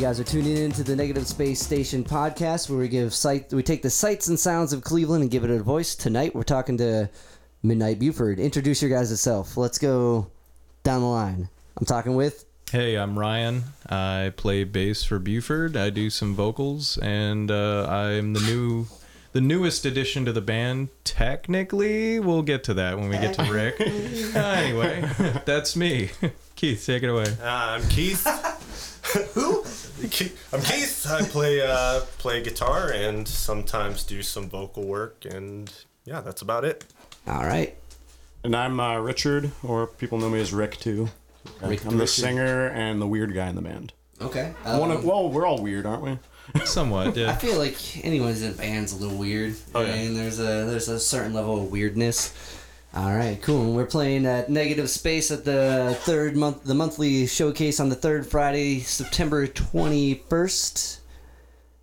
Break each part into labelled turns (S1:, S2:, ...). S1: guys are tuning in to the Negative Space Station podcast, where we give sight we take the sights and sounds of Cleveland and give it a voice. Tonight, we're talking to Midnight Buford. Introduce your guys yourself. Let's go down the line. I'm talking with
S2: Hey, I'm Ryan. I play bass for Buford. I do some vocals, and uh, I'm the new, the newest addition to the band. Technically, we'll get to that when we get to Rick. Uh, anyway, that's me. Keith, take it away.
S3: Uh, I'm Keith. Who? Ke- I'm Keith. I play uh, play guitar and sometimes do some vocal work, and yeah, that's about it.
S1: all right.
S4: And I'm uh, Richard, or people know me as Rick too. Uh,
S1: Rick Uh-huh.
S4: I'm the
S1: Richard.
S4: singer and the weird guy in the band.
S1: Okay.
S4: One of, well, we're all weird, aren't we?
S2: Somewhat.
S1: I
S2: Yeah.
S1: feel like anyone's in a band's a little weird.
S4: Oh, yeah.
S1: And there's a there's a certain level of weirdness. All right, cool. And we're playing at Negative Space at the third month, the monthly showcase on the third Friday, September twenty first,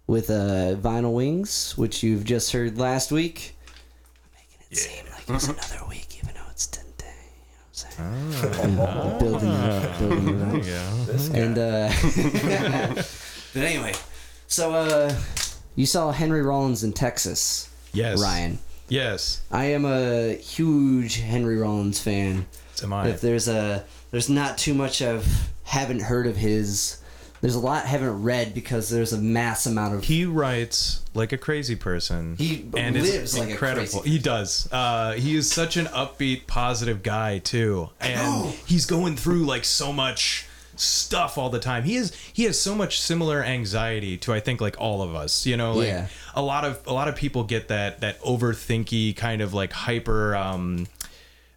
S1: with uh, Vinyl Wings, which you've just heard last week. I'm making it seem like it's another week, even though it's ten day. You know what I'm saying? I'm building, building it up.
S2: There you go.
S1: And uh, but anyway, so uh, you saw Henry Rollins in Texas,
S2: Yes.
S1: Ryan.
S2: Yes.
S1: I am a huge Henry Rollins fan.
S2: Am I?
S1: If there's a there's not too much I've haven't heard of his. There's a lot I haven't read because there's a mass amount of.
S2: He writes like a crazy person.
S1: He
S2: and
S1: lives
S2: it's
S1: like a
S2: incredible.
S1: crazy-
S2: He does. Uh, he is such an upbeat, positive guy too, and he's going through like so much stuff all the time. He is he has so much similar anxiety to I think like all of us. You know, like
S1: Yeah.
S2: a lot of a lot of people get that that overthinky kind of like hyper. Um,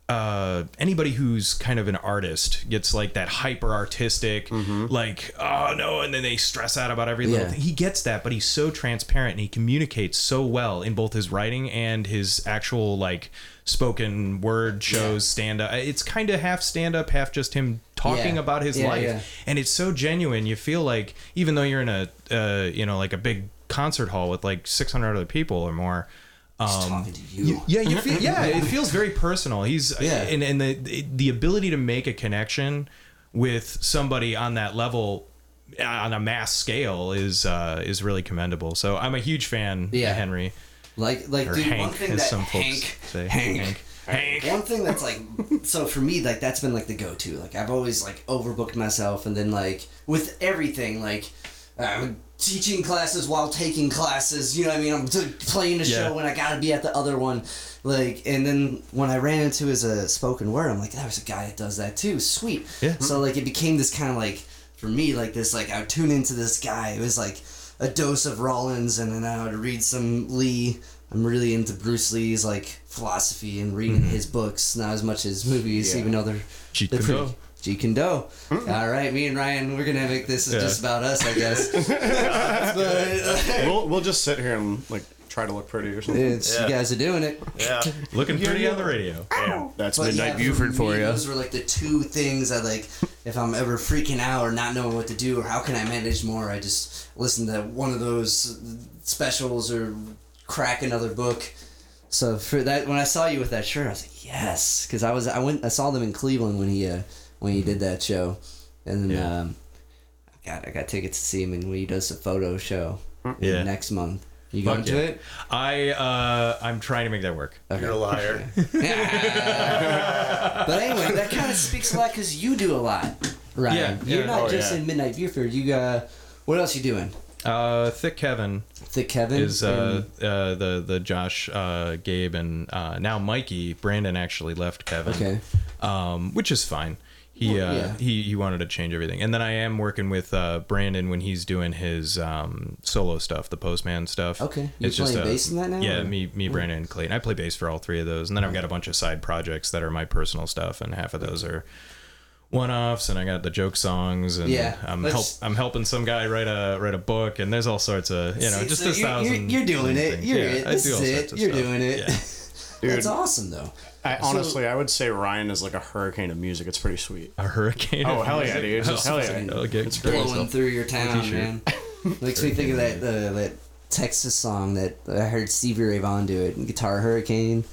S2: uh, anybody who's kind of an artist gets like that hyper artistic, like oh no, and then they stress out about every little
S1: Mm-hmm. Yeah.
S2: thing. He gets that, but he's so transparent and he communicates so well in both his writing and his actual like spoken word shows stand up. It's kind of half stand up, half just him talking
S1: Yeah.
S2: about his
S1: Yeah,
S2: life,
S1: yeah.
S2: and it's so genuine. You feel like even though you're in a uh, you know like a big concert hall with like 600 other people or more.
S1: Just talking to you.
S2: Yeah, Um, you feel, yeah, it feels very personal. He's
S1: Mm-hmm. Yeah.
S2: and and the the ability to make a connection with somebody on that level uh, on a mass scale is uh, is really commendable. So I'm a huge fan
S1: Yeah.
S2: of Henry
S1: Like like
S2: or
S1: dude,
S2: Hank,
S1: one thing
S2: as
S1: that
S2: some folks
S1: Hank,
S2: say.
S1: Hank
S2: Hank.
S1: One thing that's like so for me, like that's been like the go-to. Like I've always like overbooked myself, and then like with everything, like I'm teaching classes while taking classes. You know what I mean? I'm t- playing a
S2: Yeah.
S1: show when I gotta be at the other one. Like, and then when I ran into his uh, spoken word, I'm like, there's a guy that does that too. Sweet.
S2: Yeah. Mm-hmm.
S1: So like it became this kind of like for me like this like I would tune into this guy. It was like a dose of Rollins, and then I would read some Lee. I'm really into Bruce Lee's like philosophy and reading his books, not as much as movies, even though they're
S2: Mm-hmm. Jeet
S1: they're
S2: Kune
S1: pretty-
S2: Do. Mm-hmm.
S1: Jeet Kune Do. All right, me and Ryan, we're gonna make this is
S2: Yeah.
S1: just about us, I guess. but uh,
S4: we'll we'll just sit here and like try to look pretty or something.
S1: it's, you
S3: Yeah.
S1: guys are doing it.
S3: Yeah,
S2: looking pretty on the radio.
S4: That's
S1: But
S4: midnight
S1: yeah,
S4: view.
S5: Buford for
S1: me,
S5: ya.
S1: Those were like the two things I like. If I'm ever freaking out or not knowing what to do or how can I manage more, I just listen to one of those specials or crack another book. So for that, when I saw you with that shirt, I was like, yes, because I was I went I saw them in Cleveland when he uh, when he did that show, and then
S2: Yeah.
S1: um, God, I got tickets to see him and when he does the photo show
S2: Yeah.
S1: next month. You
S2: Fuck
S1: going to
S2: yeah.
S1: it?
S2: I uh, I'm trying to make that work.
S3: you're a liar.
S1: But anyway, that kind of speaks a lot because you do a lot, right?
S2: Yeah,
S1: You're
S2: yeah.
S1: not
S4: Oh,
S1: just
S4: yeah.
S1: in Midnight Buford. You uh, what else you doing?
S2: Uh, Thick Kevin
S1: Thick Kevin Um,
S2: is uh,
S1: Mm-hmm.
S2: uh, the the Josh, uh, Gabe, and uh, now Mikey. Brandon actually left Kevin.
S1: Okay.
S2: um, which is fine. He
S1: Well,
S2: uh,
S1: yeah.
S2: he he wanted to change everything, and then I am working with uh, Brandon when he's doing his um, solo stuff, the Postman stuff.
S1: Okay. You're playing bass in that now,
S2: Yeah,
S1: or-
S2: me me Brandon and Clayton. I play bass for all three of those, and then I've got a bunch of side projects that are my personal stuff, and half of those are one offs, and I got the joke songs, and
S1: Yeah,
S2: I'm help
S1: let's-
S2: I'm helping some guy write a write a book, and there's all sorts of you know
S1: See,
S2: just
S1: so
S2: a
S1: you're-
S2: 1000
S1: you're- you're doing it.
S2: things.
S1: You're it.
S2: I
S1: This
S2: do all
S1: is
S2: sorts
S1: it.
S2: of
S1: You're
S2: stuff.
S1: doing it.
S2: Yeah.
S1: That's
S4: Dude.
S1: awesome though.
S4: I, honestly, I would say Ryan is like a hurricane of music. It's pretty sweet.
S2: A hurricane.
S4: Oh
S2: of
S4: hell yeah,
S2: music.
S4: dude! Just
S2: Oh,
S4: hell yeah.
S2: okay.
S4: It's great.
S1: Blowing through your town,
S2: t-shirt.
S1: man. Makes me think of that uh, that Texas song that I heard Stevie Ray Vaughan do it, Guitar Hurricane.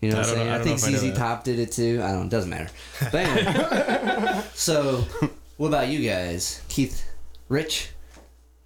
S1: You know what I'm
S2: I don't know-
S1: saying?
S2: I
S1: I,
S2: don't
S1: think
S2: know if I know
S1: ZZ
S2: that.
S1: Top did it too. I don't. Doesn't matter. But anyway, so what about you guys, Keith, Rich?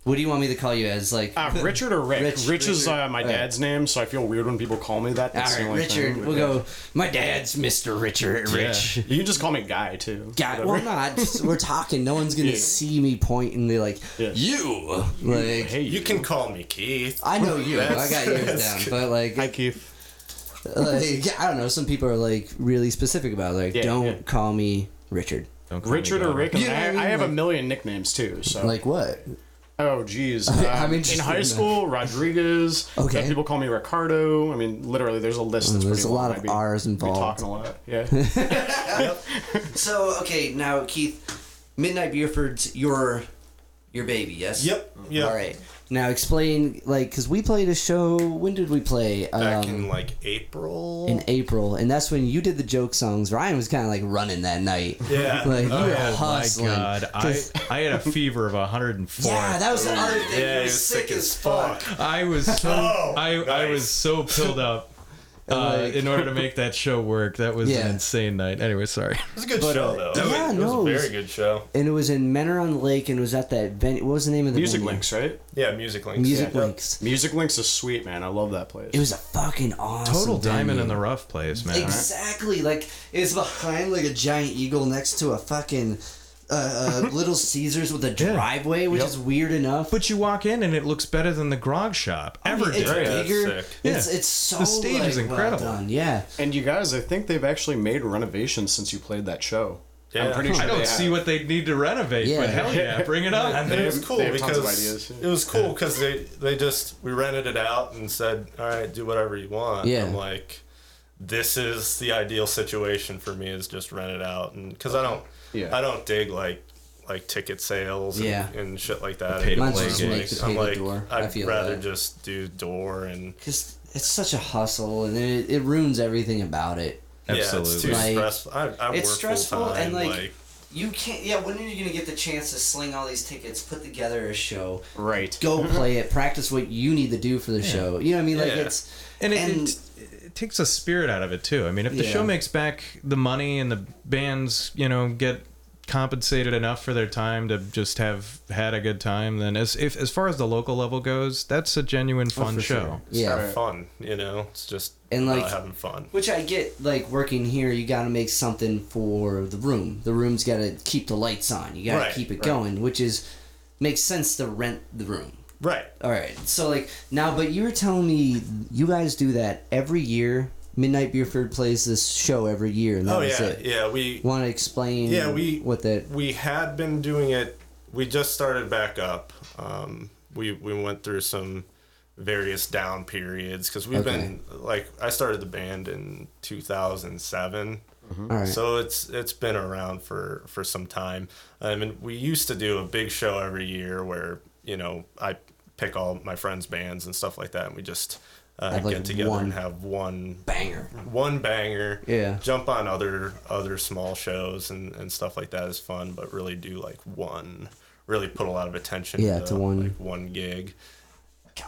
S1: What do you want me to call you as? Like,
S2: Ah,
S4: Uh, Richard or Rick?
S1: Rich,
S4: Rich, is
S1: Richard.
S4: uh, my
S1: Uh,
S4: dad's name, so I feel weird when people call me that.
S1: all
S4: That's the
S1: right,
S4: only thing.
S1: Richard. We'll go. My dad's Mr. Richard Rich.
S4: You can just call me Guy too.
S1: God,
S4: Whatever.
S1: we're not. We're talking. No one's gonna
S4: Yeah.
S1: see me pointing. They like
S4: Yeah.
S1: you. Like
S4: Hey,
S3: You can call me Keith.
S1: I know you. I
S3: That's-
S1: got yours down. But like,
S2: Hi, Keith.
S1: like, I don't know. Some people are like really specific about it. like
S4: Yeah,
S1: don't
S4: yeah.
S1: call me Richard.
S2: Don't call me
S4: Richard or
S2: daughter.
S4: Rick? I,
S1: You know what I
S4: I,
S1: mean?
S4: have a
S1: Like-
S4: million nicknames too. So
S1: Like what?
S4: oh geez.
S1: I'm
S4: Um, in
S1: interested
S4: high
S1: in that.
S4: school, Rodriguez.
S1: Okay.
S4: Uh, people call me Ricardo. I mean, literally, there's a list. That's
S1: There's
S4: pretty
S1: a lot
S4: long.
S1: of
S4: I'd be-
S1: R's
S4: Be
S1: involved.
S4: talking a lot. Yeah.
S1: So okay, now Keith, Midnight Buford's your your baby, yes?
S3: Yep. Yep.
S1: All right. Now explain like because we played a show. When did we play?
S3: Back
S1: Um,
S3: in like April.
S1: in April, and that's when you did the joke songs. Ryan was kind of like running that night.
S3: Yeah.
S1: like you were
S2: Oh
S1: hustling.
S2: my god, I,
S1: 'Cause-
S2: I had a fever of 104.
S1: yeah, that was the other thing.
S3: yeah,
S1: you
S3: he
S1: were
S3: was sick as fuck.
S2: I was so
S3: Oh,
S2: I, I
S3: nice.
S2: was so pilled up uh,
S1: Like-
S2: in order to make that show work. That was
S1: Yeah.
S2: an insane night. Anyway, sorry.
S3: It was a good show though.
S1: uh, yeah,
S3: it was, it was
S1: no, it
S3: a
S1: was-
S3: very good show.
S1: And it was in Menor on the Lake, and it was at that venue. What was the name of the
S4: Music
S1: venue?
S4: Links, right?
S3: Yeah, music links.
S1: Music
S4: Yeah.
S1: Links.
S4: Music Links is sweet, man. I love that place.
S1: It was a fucking awesome
S2: Total diamond
S1: venue.
S2: in the rough place, man.
S1: Exactly. Like it's behind like a giant eagle next to a fucking uh, uh, Little Caesars with a driveway, which
S4: Yep.
S1: is weird enough.
S2: But you walk in and it looks better than the grog shop ever
S1: Oh, it's
S2: did.
S3: yeah, that's
S1: bigger.
S3: sick.
S1: It's
S2: Yeah.
S1: it's so
S2: The stage
S1: like,
S2: is incredible.
S1: Well done. Yeah.
S4: And you guys, I think they've actually made renovations since you played that show. I'm
S3: Yeah.
S4: pretty sure
S2: I
S4: they
S2: don't see
S4: have.
S2: what they need to renovate,
S1: Yeah.
S2: but hell yeah, bring it up.
S3: And it was
S4: have-
S3: cool
S4: they have tons
S3: because
S4: of ideas, yeah.
S3: it was cool because they they just we rented it out and said, all right, do whatever you want.
S1: Yeah.
S3: I'm like, this is the ideal situation for me is just rent it out and because I don't
S4: Yeah.
S3: I don't dig like like ticket sales and,
S1: Yeah.
S3: and shit like that.
S2: Pay to
S3: And
S2: play
S3: it's
S2: games.
S1: Mine's just
S3: I'm
S1: like the pay
S3: like
S1: to door. I
S3: I'd
S1: feel
S3: rather
S1: that.
S3: just do door and
S1: Because it's such a hustle, and it, it ruins everything about it.
S3: yeah, it's
S2: Absolutely.
S3: too
S1: Like,
S3: stressful. I, I
S1: it's
S3: work
S1: stressful
S3: full-time,
S1: and, like, You can't. Yeah. When are you gonna get the chance to sling all these tickets, put together a show,
S4: Right.
S1: go play it, practice what you need to do for the show? You know what I mean? Like
S3: Yeah.
S1: it's
S2: and it,
S1: and-
S2: it, it takes a spirit out of it too. I mean, if the
S1: Yeah.
S2: show makes back the money and the bands, you know, get compensated enough for their time to just have had a good time, then as if as far as the local level goes, that's a genuine fun
S1: Oh, for
S2: show.
S1: sure.
S3: it's
S1: yeah.
S3: not fun, you know. It's just
S1: And,
S3: not
S1: like,
S3: having fun.
S1: Which I get, like working here, you got to make something for the room. The room's got to keep the lights on. You got to
S3: Right,
S1: keep it
S3: right.
S1: going, which is makes sense to rent the room.
S3: Right.
S1: All right, so like now, but you were telling me you guys do that every year. Midnight Buford plays this show every year, and that
S3: Oh
S1: was
S3: yeah.
S1: it.
S3: Yeah. We
S1: Want to explain?
S3: Yeah, we-
S1: what that.
S3: we had been doing it. We just started back up. Um, we we went through some various down periods because we've
S1: Okay.
S3: been like I started the band in 2007,
S1: All right.
S3: so it's it's been around for for some time. I mean, we used to do a big show every year where you know I pick all my friends' bands and stuff like that, and we just uh,
S1: Have, like,
S3: get together
S1: one-
S3: and have one
S1: Banger.
S3: one banger.
S1: Yeah.
S3: Jump on other other small shows and, and stuff like that is fun, but really do like one really put a lot of attention
S1: Yeah, to one-
S3: like one gig.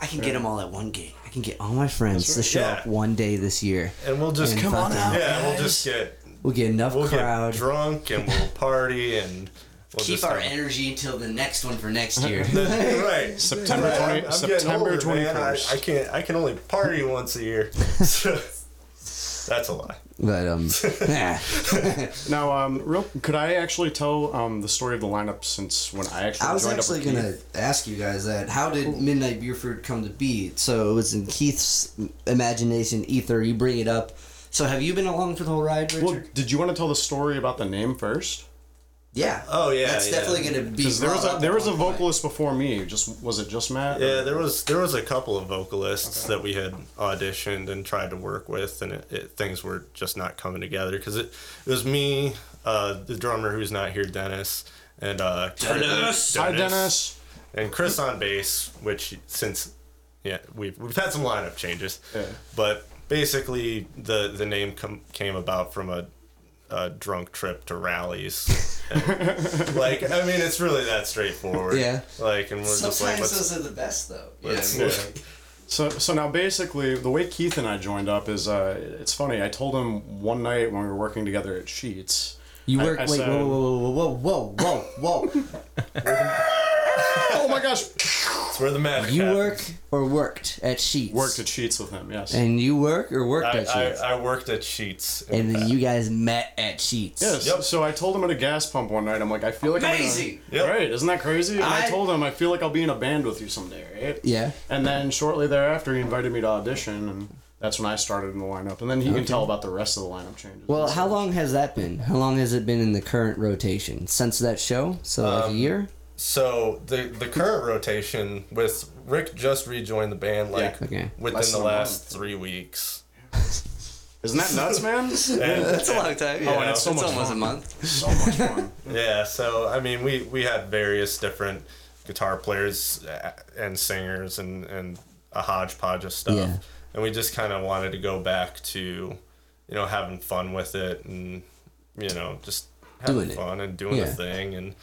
S1: I can get them all at one gig. I can get all my friends to show
S3: Yeah.
S1: up one day this year.
S3: And we'll just
S1: And Come on fucking- out,
S3: Yeah, we'll just get
S1: We'll get enough
S3: we'll
S1: crowd.
S3: get drunk and we'll party and we'll
S1: Keep
S3: just
S1: our
S3: have-
S1: energy until the next one for next year.
S3: Right.
S4: September
S3: I'm-
S4: 20
S3: I'm getting
S4: September
S3: older,
S4: twenty
S3: man. I,
S4: first.
S3: I can't I can only party once a year. So, that's a lie.
S1: but um, yeah.
S4: Now, um, real, could I actually tell um, the story of the lineup since when I actually
S1: I was
S4: joined
S1: actually
S4: up with
S1: gonna ask you guys that. How did Midnight Buford come to be? So it was in Keith's imagination ether. You bring it up. So have you been along for the whole ride, Richard?
S4: Keith? Well, did you want to tell the story about the name first?
S1: yeah.
S3: Oh, yeah,
S1: That's
S3: yeah.
S1: definitely gonna be.
S4: Because there was
S1: brought
S4: a
S1: up
S4: there
S1: at
S4: was a
S1: one point.
S4: vocalist before me. Just was it just Matt?
S3: Yeah, there was there was a couple of vocalists that we had auditioned and tried to work with, and it, it, things were just not coming together because it, it was me, uh, the drummer who's not here, Dennis, and uh, Dennis,
S4: Hi, Dennis.
S3: and Chris on bass. Which since yeah, we've we've had some lineup changes,
S4: Yeah.
S3: but basically the the name com- came about from a. A drunk trip to rallies, And, like I mean, it's really that straightforward.
S1: Yeah.
S3: Like, and we're just like,
S1: Sometimes
S3: let's,
S1: those are the best, though.
S3: let's-
S1: Yeah.
S3: yeah.
S4: So, so now basically, the way Keith and I joined up is uh, it's funny. I told him one night when we were working together at Sheets.
S1: You
S4: I-
S1: work.
S4: I
S1: wait,
S4: said-
S1: whoa, whoa, whoa, whoa, whoa, whoa, whoa, whoa.
S4: oh my gosh!
S3: That's where the magic
S1: You
S3: happens.
S1: work or worked at Sheets.
S4: Worked at Sheets with him, yes.
S1: And you work or worked
S3: I,
S1: at Sheets.
S3: I, I worked at Sheets. in
S1: and
S3: the
S1: then you guys met at Sheets.
S4: Yes.
S3: Yep.
S4: So I told him at a gas pump one night, I'm like, I feel like
S1: Amazing.
S4: I'm in a-
S3: Yep.
S4: right. Isn't that crazy? And I,
S1: I-
S4: told him I feel like I'll be in a band with you someday, right?
S1: Yeah.
S4: And then shortly thereafter, he invited me to audition, and that's when I started in the lineup. And then he can tell about the rest of the lineup changes.
S1: Well,
S4: So-
S1: how long has that been? How long has it been in the current rotation since that show? So like a year.
S3: So the the current rotation with Rick just rejoined the band like
S4: Yeah.
S1: Okay.
S3: within
S4: Less
S3: the
S4: than a
S3: last
S4: month.
S3: three weeks.
S4: Isn't that nuts, man?
S3: And-
S1: time.
S3: yeah. Oh, and it's so
S4: much
S1: almost a
S4: fun.
S1: month.
S4: so much fun.
S3: Yeah, so I mean, we we had various different guitar players uh, and singers and and a hodgepodge of stuff,
S1: Yeah.
S3: and we just kind of wanted to go back to, you know, having fun with it and you know just having
S1: Doing it.
S3: fun and doing
S1: Yeah.
S3: the thing and.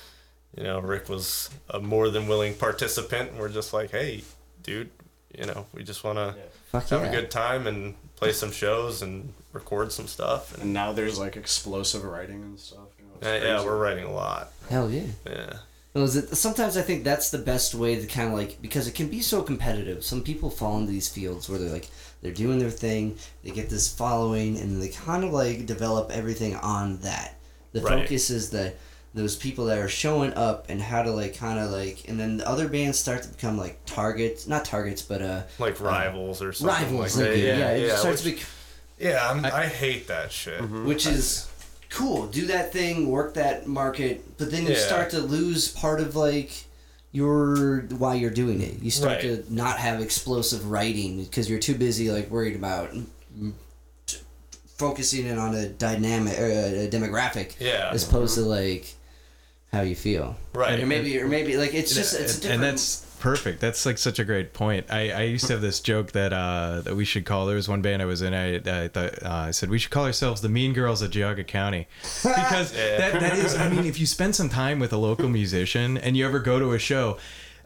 S3: You know, Rick was a more than willing participant, and we're just like, "Hey, dude, you know, we just want to
S1: Fuck
S3: have
S1: yeah.
S3: a good time and play some shows and record some stuff." And
S4: And now there's like explosive writing and stuff. You know, it's
S3: uh, yeah,
S4: crazy.
S3: we're writing a lot.
S1: Hell yeah.
S3: Yeah,
S1: Well, is it- sometimes I think that's the best way to kind of like because it can be so competitive. Some people fall into these fields where they're like they're doing their thing, they get this following, and they kind of like develop everything on that. The
S3: Right.
S1: focus is the those people that are showing up and how to like kind of like, and then the other bands start to become like targets, not targets, but uh
S3: like rivals or something.
S1: rivals.
S3: Like
S1: Like,
S3: that.
S1: yeah,
S3: Yeah, yeah.
S1: it starts
S3: which,
S1: to Mm-hmm. bec-
S3: yeah I'm, I, hate that shit.
S1: which is cool. Do that thing, work that market, but then you
S3: Yeah.
S1: start to lose part of like your why you're doing it. You start
S3: Right.
S1: to not have explosive writing because you're too busy like worried about mm, t- focusing in on a dynamic or a a demographic
S3: Yeah.
S1: as opposed to like how you feel.
S3: Right.
S1: Or maybe or maybe like it's just it's a
S2: and,
S1: different
S2: and that's perfect. That's like such a great point. I, I used to have this joke that uh, that we should call. There was one band I was in. I I, thought, uh, I said we should call ourselves the Mean Girls of Geauga County because that, that is. I mean, if you spend some time with a local musician and you ever go to a show.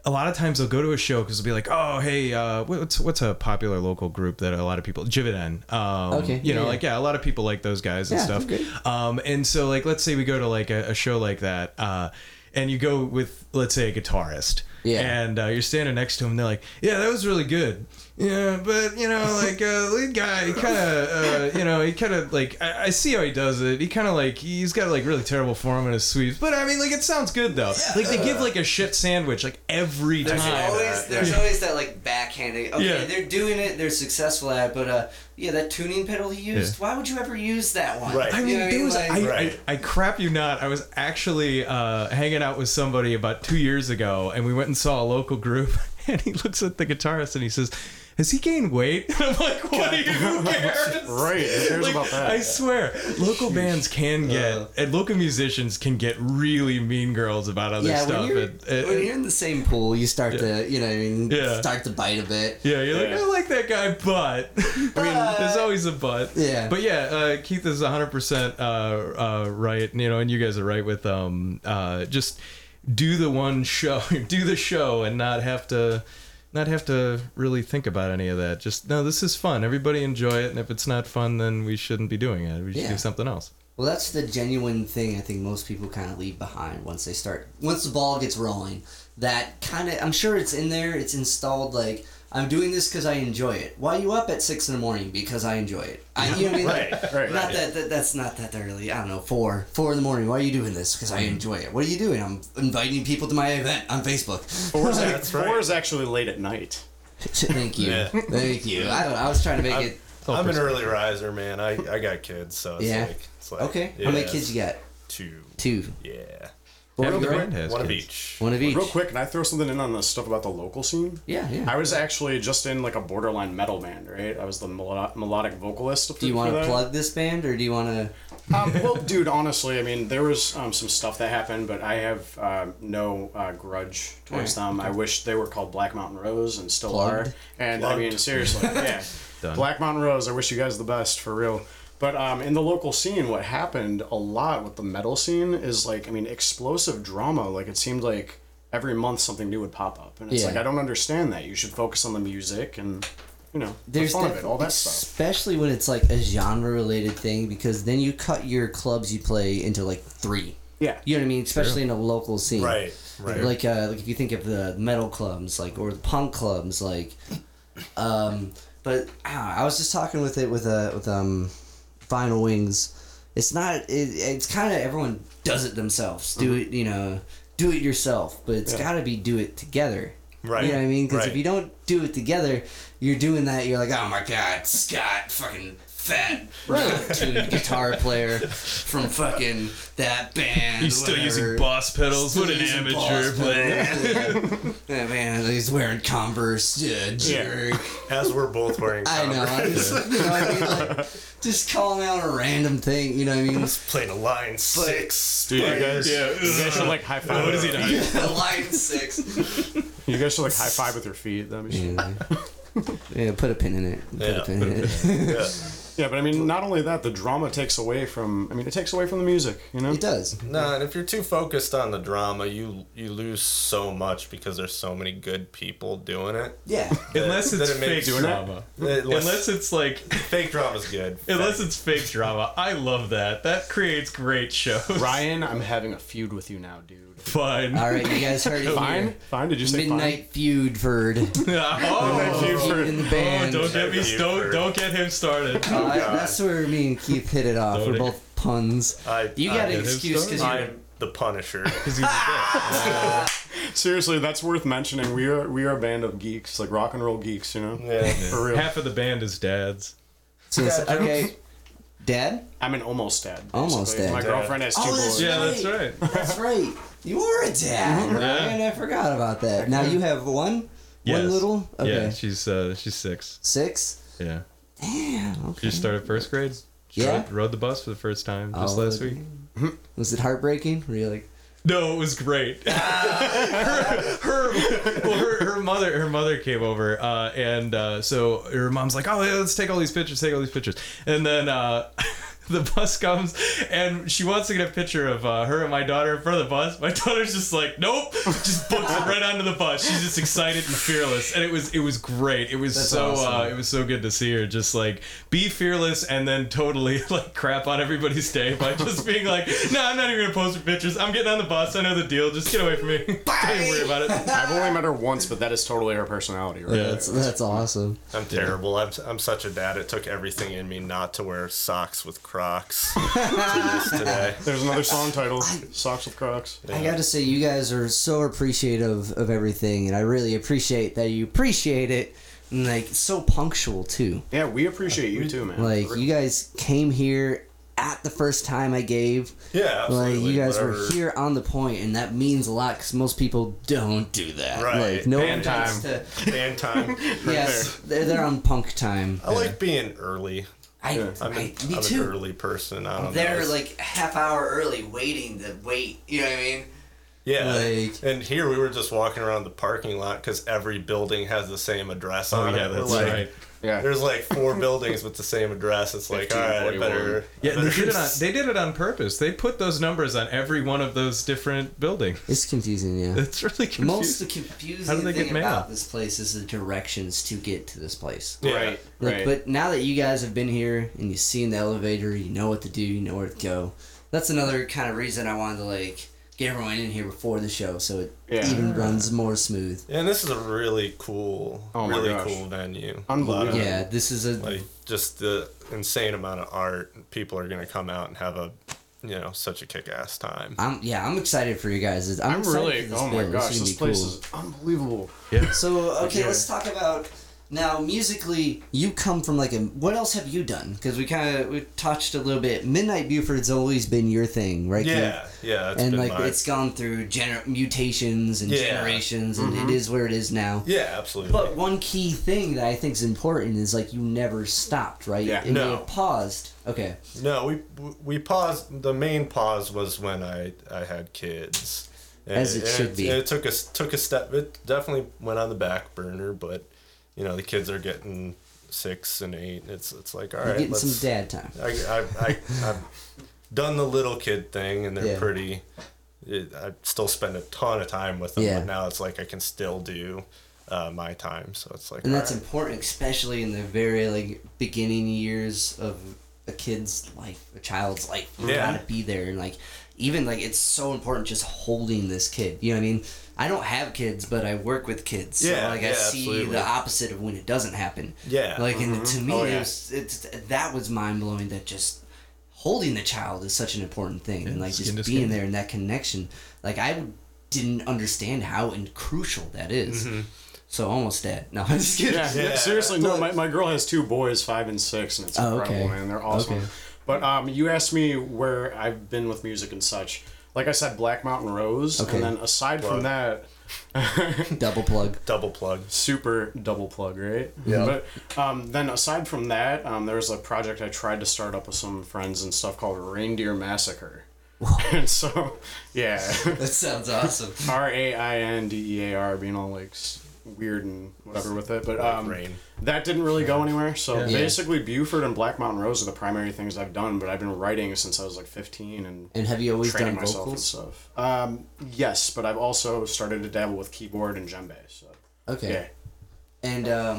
S2: A lot of times they'll go to a show because they'll be like, "Oh, hey, uh, what's what's a popular local group that a lot of people Jividen, um,
S1: Okay,
S2: you know,
S1: yeah,
S2: like yeah, a lot of people like those guys and
S1: Yeah,
S2: stuff.
S1: they're great.
S2: Um, and so like let's say we go to like a, a show like that, uh, and you go with let's say a guitarist.
S1: Yeah.
S2: And uh, you're standing next to him, and they're like, "Yeah, that was really good." Yeah, but you know, like uh, lead guy, kind of, uh, you know, he kind of like I, I see how he does it. He kind of like he's got like really terrible form in his sweeps, but I mean, like it sounds good though. Like they give like a shit sandwich like every
S1: There's
S2: time.
S1: always there's always that like backhanded. Okay,
S2: Yeah.
S1: they're doing it. They're successful at, it, but uh, yeah, that tuning pedal he used. Why would you ever use that one?
S3: Right.
S2: I
S1: You
S2: mean,
S1: know what
S2: there was,
S1: Like,
S2: I,
S3: Right.
S2: I, I crap you not. I was actually uh, hanging out with somebody about two years ago, and we went and saw a local group. And he looks at the guitarist and he says, "Has he gained weight?" And I'm like, "What do you who cares?"
S4: Right, who cares
S2: Like,
S4: about that?
S2: I swear, local bands can get, and local musicians can get really mean girls about other
S1: yeah,
S2: stuff.
S1: when you're,
S2: and- and-
S1: when you're in the same pool, you start to you know what I mean
S2: Yeah.
S1: start to bite a bit.
S2: Yeah, you're
S4: Yeah.
S2: like, I like that guy, but I mean, there's always a but.
S1: Uh, Yeah.
S2: But yeah, uh, Keith is 100% uh, uh, right, you know, and you guys are right with um, uh, just do the one show, do the show, and not have to. Not have to really think about any of that. Just no, this is fun. Everybody enjoy it, and if it's not fun, then we shouldn't be doing it. We should
S1: Yeah.
S2: do something else.
S1: Well, that's the genuine thing I think most people kind of leave behind once they start. Once the ball gets rolling, that kind of. I'm sure it's in there, it's installed like. I'm doing this because I enjoy it. Why you up at six in the morning? Because I enjoy it. I, you know what I mean? Like,
S4: Right, right,
S1: Not
S4: right.
S1: That, that that's not that early. I don't know. Four, four in the morning. Why are you doing this? Because
S4: Mm-hmm.
S1: I enjoy it. What are you doing? I'm inviting people to my event on Facebook.
S4: Four is, ac-
S3: That's right.
S4: four is actually late at night.
S1: Thank you.
S3: Yeah.
S1: Thank you. I don't. know. I was trying to make it.
S3: I'm an early riser, man. I, I got kids, so it's,
S1: Yeah.
S3: like, it's like
S1: Okay. How many kids you got?
S3: Two.
S1: Two.
S3: Yeah.
S1: Four
S2: Half
S1: of
S2: the
S1: you, right?
S2: band has
S3: One of
S2: kids.
S3: each.
S1: One of each.
S4: Real quick, can I throw something in on the stuff about the local scene?
S1: Yeah. Yeah.
S4: I was actually just in like a borderline metal band, right? I was the melo- melodic vocalist.
S1: Do you
S4: want to
S1: plug this band or do you want to?
S4: Um, well, dude, honestly, I mean, there was um, some stuff that happened, but I have um, no uh, grudge towards
S1: Alright,
S4: them. I wish they were called Black Mountain Rose and still
S1: Plugged.
S4: are. And I mean,
S3: Plugged.
S4: seriously, yeah.
S2: Done.
S4: Black Mountain Rose, I wish you guys the best for real. But um, in the local scene, what happened a lot with the metal scene is like, I mean, explosive drama. Like, it seemed like every month something new would pop up. And it's
S1: Yeah.
S4: like, I don't understand that. You should focus on the music and, you know,
S1: There's
S4: the fun of it,
S1: def-
S4: all that stuff.
S1: especially when it's like a genre related thing because then you cut your clubs you play into like three.
S4: Yeah.
S1: You know what I mean? Especially in a local scene.
S3: Right, right.
S1: Like uh, like if you think of the metal clubs, like or the punk clubs, like um but ah, I was just talking with it with uh with um Vinyl Wings. It's not it, it's kinda everyone does it themselves. Do
S4: Mm-hmm.
S1: it you know, do it yourself, but it's gotta be do it together.
S3: Right,
S1: You know what I mean? Because if
S3: right.
S1: you don't do it together, you're doing that. You're like, oh my god, Scott, fucking fat, tuned guitar player from fucking that band.
S2: He's still using
S1: whatever.
S2: boss pedals.
S1: Still
S2: what an
S1: using
S2: amateur
S1: boss
S2: player.
S1: pedal. Yeah, man, he's wearing Converse. Yeah, jerk.
S3: As we're both wearing.
S1: I know. I
S3: Converse.
S1: just, you know what I mean? Like, just calling out a random thing. You know what I mean?
S3: Playing a line six.
S4: Dude, you guys,
S2: Yeah.
S4: you guys should like high five.
S2: What is he
S4: with-
S2: doing?
S1: Line six.
S4: You guys should like high five with your feet. That'd be yeah.
S1: Yeah. yeah, put a pin in it. Put
S3: Yeah.
S1: a pin in it.
S3: Yeah.
S4: yeah, but I mean, not only that, the drama takes away from. I mean, it takes away from the music. You know.
S1: It does.
S3: No, and if you're too focused on the drama, you you lose so much because there's so many good people doing it.
S1: Yeah.
S2: Unless
S3: Then
S2: it's
S3: it makes-
S2: fake drama.
S3: Unless,
S2: Unless it's like
S3: fake drama's good.
S2: unless it's fake drama. I love that. That creates great shows.
S4: Ryan, I'm having a feud with you now, dude.
S2: Fun.
S1: All right, you guys heard it.
S4: Fine,
S1: here.
S4: Oh, fine. Did you say
S1: Midnight Feud Feudford.
S2: Oh,
S4: Midnight Feud.
S1: in the
S2: oh,
S1: band.
S2: don't get me
S3: Thank you
S2: don't
S3: for-
S2: don't get him started.
S1: Uh, that's where me and Keith hit it off.
S2: Don't e-
S1: We're
S2: it.
S1: both puns.
S3: I-
S1: you
S3: I
S1: got an
S3: did.
S1: excuse because you're
S3: I'm the Punisher.
S4: fine? Seriously, that's worth mentioning. We are we are a band of geeks, like rock and roll geeks. You know.
S3: yeah.
S4: For real.
S2: Half of the band is dads.
S1: So it's- okay. Dad?
S4: I'm an almost dad. basically.
S1: Almost dad.
S4: My
S1: Dad.
S4: girlfriend has two
S1: Oh, that's
S4: boys.
S2: Yeah,
S1: Right.
S2: that's right.
S1: That's right. You are a dad.
S2: Yeah.
S1: And I forgot about that. Now you have one?
S2: Yes.
S1: One little? Okay.
S2: Yeah, she's uh, she's six.
S1: Six?
S2: Yeah,
S1: Damn. Okay.
S2: she started first grade. She
S1: Yeah?
S2: rode, rode the bus for the first time just
S1: Oh,
S2: last week.
S1: Was it heartbreaking? Were you like,
S2: No, it was great. her, her, well, her, her mother, her mother came over, uh, and uh, so her mom's like, "Oh, yeah, let's take all these pictures, take all these pictures." And then uh, the bus comes, and she wants to get a picture of uh, her and my daughter in front of the bus. My daughter's just like, "Nope," just books it right onto the bus. She's just excited and fearless, and it was it was great. It was so uh,
S1: awesome.
S2: it was so good to see her just like be fearless, and then totally like crap on everybody's day by just being like, "No, I'm not even gonna post her pictures. I'm getting on the bus. I know the deal. Just get away from me. Don't worry about it."
S4: I've only met her once, but that is totally her personality, right?
S2: Yeah,
S1: that's, that's awesome.
S3: I'm terrible. I'm, I'm such a dad. It took everything in me not to wear socks with Crocs to this today.
S4: There's another song titled "Socks with Crocs."
S1: I gotta say, you guys are so appreciative of everything, and I really appreciate that you appreciate it, and like so punctual too.
S4: Yeah, we appreciate you too, man.
S1: Like you guys came here at the first time I gave.
S3: Yeah, absolutely.
S1: Like you guys were
S3: whatever.
S1: here on the point, and that means a lot because most people don't do that.
S3: Right.
S1: Like no
S4: Band
S1: one wants
S4: time.
S1: to.
S3: Man time.
S1: Yes, they're, they're on punk time.
S3: I like being early.
S1: I, I,
S3: I'm, an,
S1: me
S3: I'm
S1: too.
S3: an early person. I don't know.
S1: They're
S3: It's-
S1: like a half hour early, waiting to wait. You know what I mean?
S3: Yeah,
S1: Like-
S3: and here we were just walking around the parking lot because every building has the same address on
S2: Oh,
S3: it.
S2: yeah,
S3: We're
S2: that's
S3: like,
S2: right.
S4: Yeah.
S3: There's like four buildings with the same address. It's like, all right, I
S4: 1541.
S3: better.
S2: Yeah,
S3: I
S2: they
S3: better
S2: did, it on, they did it on purpose. They put those numbers on every one of those different buildings.
S1: It's confusing. Yeah.
S2: It's really confusing.
S1: Most confusing
S2: How do they get
S1: thing
S2: mail?
S1: about this place is the directions to get to this place.
S3: Yeah.
S4: Right.
S1: Like,
S4: Right.
S1: But now that you guys have been here and you've seen the elevator, you know what to do, you know where to go. That's another kind of reason I wanted to like get everyone in here before the show, so it
S4: Yeah.
S1: even runs more smooth.
S3: And this is a really cool,
S4: Oh my
S3: really
S4: gosh.
S3: cool venue.
S4: Unbelievable.
S3: A lot of,
S1: Yeah, this is a
S3: like just the insane amount of art. People are gonna come out and have a, you know, such a kick-ass time.
S1: I'm yeah, I'm excited for you guys. I'm,
S4: I'm
S1: excited
S4: really.
S1: for this
S4: Oh my
S1: build.
S4: gosh,
S1: is
S4: this
S1: gonna be
S4: place
S1: cool.
S4: is unbelievable.
S1: So okay,
S4: Yeah.
S1: let's talk about now musically. You come from like a what else have you done? Because we kind of we touched a little bit. Midnight Buford's always been your thing, right?
S3: yeah,
S1: Keith?
S3: yeah. It's
S1: and
S3: been
S1: like
S3: my,
S1: it's gone through gener- mutations and
S3: Yeah.
S1: generations, and
S3: Mm-hmm.
S1: it is where it is now.
S3: yeah, absolutely.
S1: But one key thing that I think is important is like you never stopped, right?
S4: Yeah.
S1: And
S3: No.
S1: you paused. Okay.
S3: No, we we paused. The main pause was when I I had kids. And
S1: As it
S3: and
S1: should be.
S3: and It took us took a step. It definitely went on the back burner, but you know the kids are getting six and eight. It's it's like all
S1: You're
S3: right,
S1: getting
S3: let's.
S1: some dad time.
S3: I I I I've done the little kid thing, and they're
S1: Yeah.
S3: pretty. It, I still spend a ton of time with them,
S1: Yeah.
S3: but now it's like I can still do uh, my time. So it's like
S1: And
S3: all
S1: that's
S3: right.
S1: important, especially in the very like beginning years of a kid's life, a child's life. You
S3: Yeah.
S1: gotta be there and like even like it's so important just holding this kid. You know what I mean? I don't have kids, but I work with kids. So
S3: Yeah,
S1: like I
S3: yeah,
S1: see
S3: absolutely.
S1: the opposite of when it doesn't happen.
S3: Yeah.
S1: Like and to me
S4: Oh,
S1: it
S4: yeah.
S1: was, it's that was mind blowing that just holding the child is such an important thing and like
S2: skin
S1: just
S2: to
S1: being
S2: skin.
S1: there and that connection. Like I didn't understand how and crucial that is. So almost that. No, I'm just kidding.
S4: Yeah, yeah,
S3: Yeah.
S4: seriously, no. My, my girl has two boys, five and six, and it's
S1: Oh,
S4: incredible,
S1: okay.
S4: man. They're awesome.
S1: Okay.
S4: But um, you asked me where I've been with music and such. Like I said, Black Mountain Rose,
S1: Okay.
S4: and then aside from
S3: Wow.
S4: that,
S1: Double plug.
S3: Double plug.
S4: super double plug, right?
S1: Yeah.
S4: But um, then aside from that, um, there was a project I tried to start up with some friends and stuff called Reindeer Massacre. and so, yeah,
S1: That sounds awesome.
S4: R A I N D E A R being all like s- weird and whatever with it, but um,
S3: rain.
S4: that didn't really go anywhere. So
S1: Yeah.
S4: basically, Buford and Black Mountain Rose are the primary things I've done, but I've been writing since I was like 15 and
S1: And have you always
S4: training
S1: done
S4: myself and
S1: vocals?
S4: stuff. Um, yes, but I've also started to dabble with keyboard and djembe. So
S1: Okay.
S4: yeah.
S1: And um,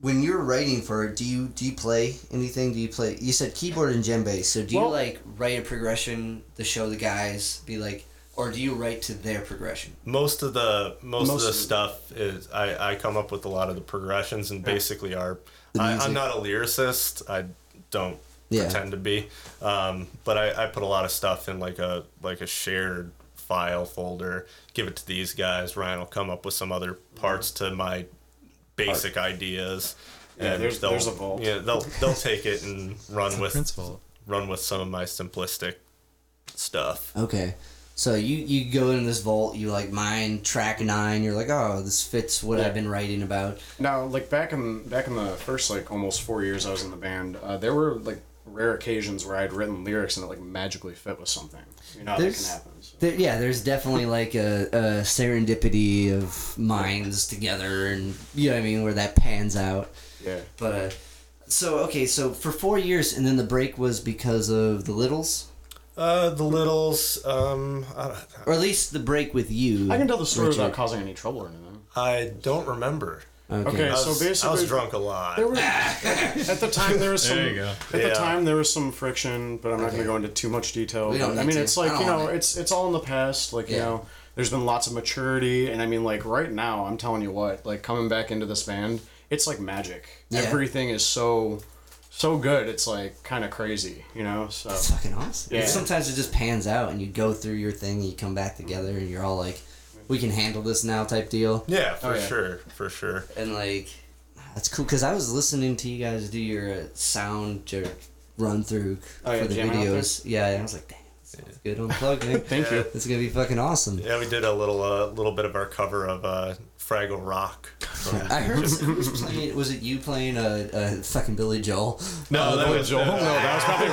S1: when you're writing for, it, do you do you play anything? Do you play? You said keyboard and djembe. So do you
S4: Well-
S1: like write a progression to show the guys? Be like, or do you write to their progression?
S3: most of the most,
S4: Most
S3: of the
S4: of it.
S3: stuff is I, I come up with a lot of the progressions and basically are I,
S1: music.
S3: I'm not a lyricist I don't
S1: Yeah.
S3: pretend to be um, but I, I put a lot of stuff in like a like a shared file folder give it to these guys Ryan will come up with some other parts to my basic ideas
S4: Yeah, there's-
S3: they'll,
S4: there's a vault.
S3: yeah they'll they'll take it and run with
S2: principle.
S3: run with some of my simplistic stuff
S1: Okay. So you you go in this vault. You like mine track nine. You're like, oh, this fits what
S4: Yeah.
S1: I've been writing about.
S4: Now, like back in back in the first like almost four years I was in the band, uh, there were like rare occasions where I'd written lyrics and it like magically fit with something. You know, that can
S1: There's-
S4: happen. so.
S1: There, yeah, there's definitely like a, a serendipity of minds together, and you know what I mean, where that pans out.
S4: Yeah.
S1: But uh, so okay, so for four years, and then the break was because of the Littles,
S3: uh, the littles um, I don't,
S1: or at least the break with you.
S4: I can tell the story
S1: Richard.
S4: without causing any trouble or anything.
S3: I don't remember.
S1: Okay.
S4: Okay.
S3: I
S4: So
S3: was, I
S4: basically-
S3: was drunk a lot.
S4: There were, at the time there was some
S2: There you go.
S4: at
S3: Yeah.
S4: the time there was some friction, but I'm not going to go into too much detail.
S1: We don't
S4: but, I
S1: need
S4: mean,
S1: to.
S4: it's
S1: I
S4: like
S1: don't
S4: you know,
S1: want it.
S4: it's it's all in the past. Like you
S1: Yeah.
S4: know, there's been lots of maturity, and I mean, like right now, I'm telling you what, like coming back into this band, it's like magic.
S1: Yeah.
S4: Everything is so so good. It's like kind of crazy, you know. So
S1: That's fucking awesome.
S4: Yeah.
S1: Sometimes it just pans out, and you go through your thing, and you come back together, and you're all like, "We can handle this now," type deal.
S3: Yeah, for
S4: Oh, yeah.
S3: sure, for sure.
S1: And like, that's cool because I was listening to you guys do your uh, sound your run through
S4: Oh, yeah,
S1: for the
S4: jam out there?
S1: videos. Yeah, and I was like, "Damn, this sounds good unplugged." Man.
S4: thank you.
S1: It's gonna be fucking awesome.
S3: Yeah, we did a little uh, little bit of our cover of uh, Fraggle Rock.
S1: I heard it was playing. Was it you playing a, uh fucking Billy Joel?
S3: No, that
S4: Oh,
S3: was
S4: Joel? No,
S3: uh,
S4: that was probably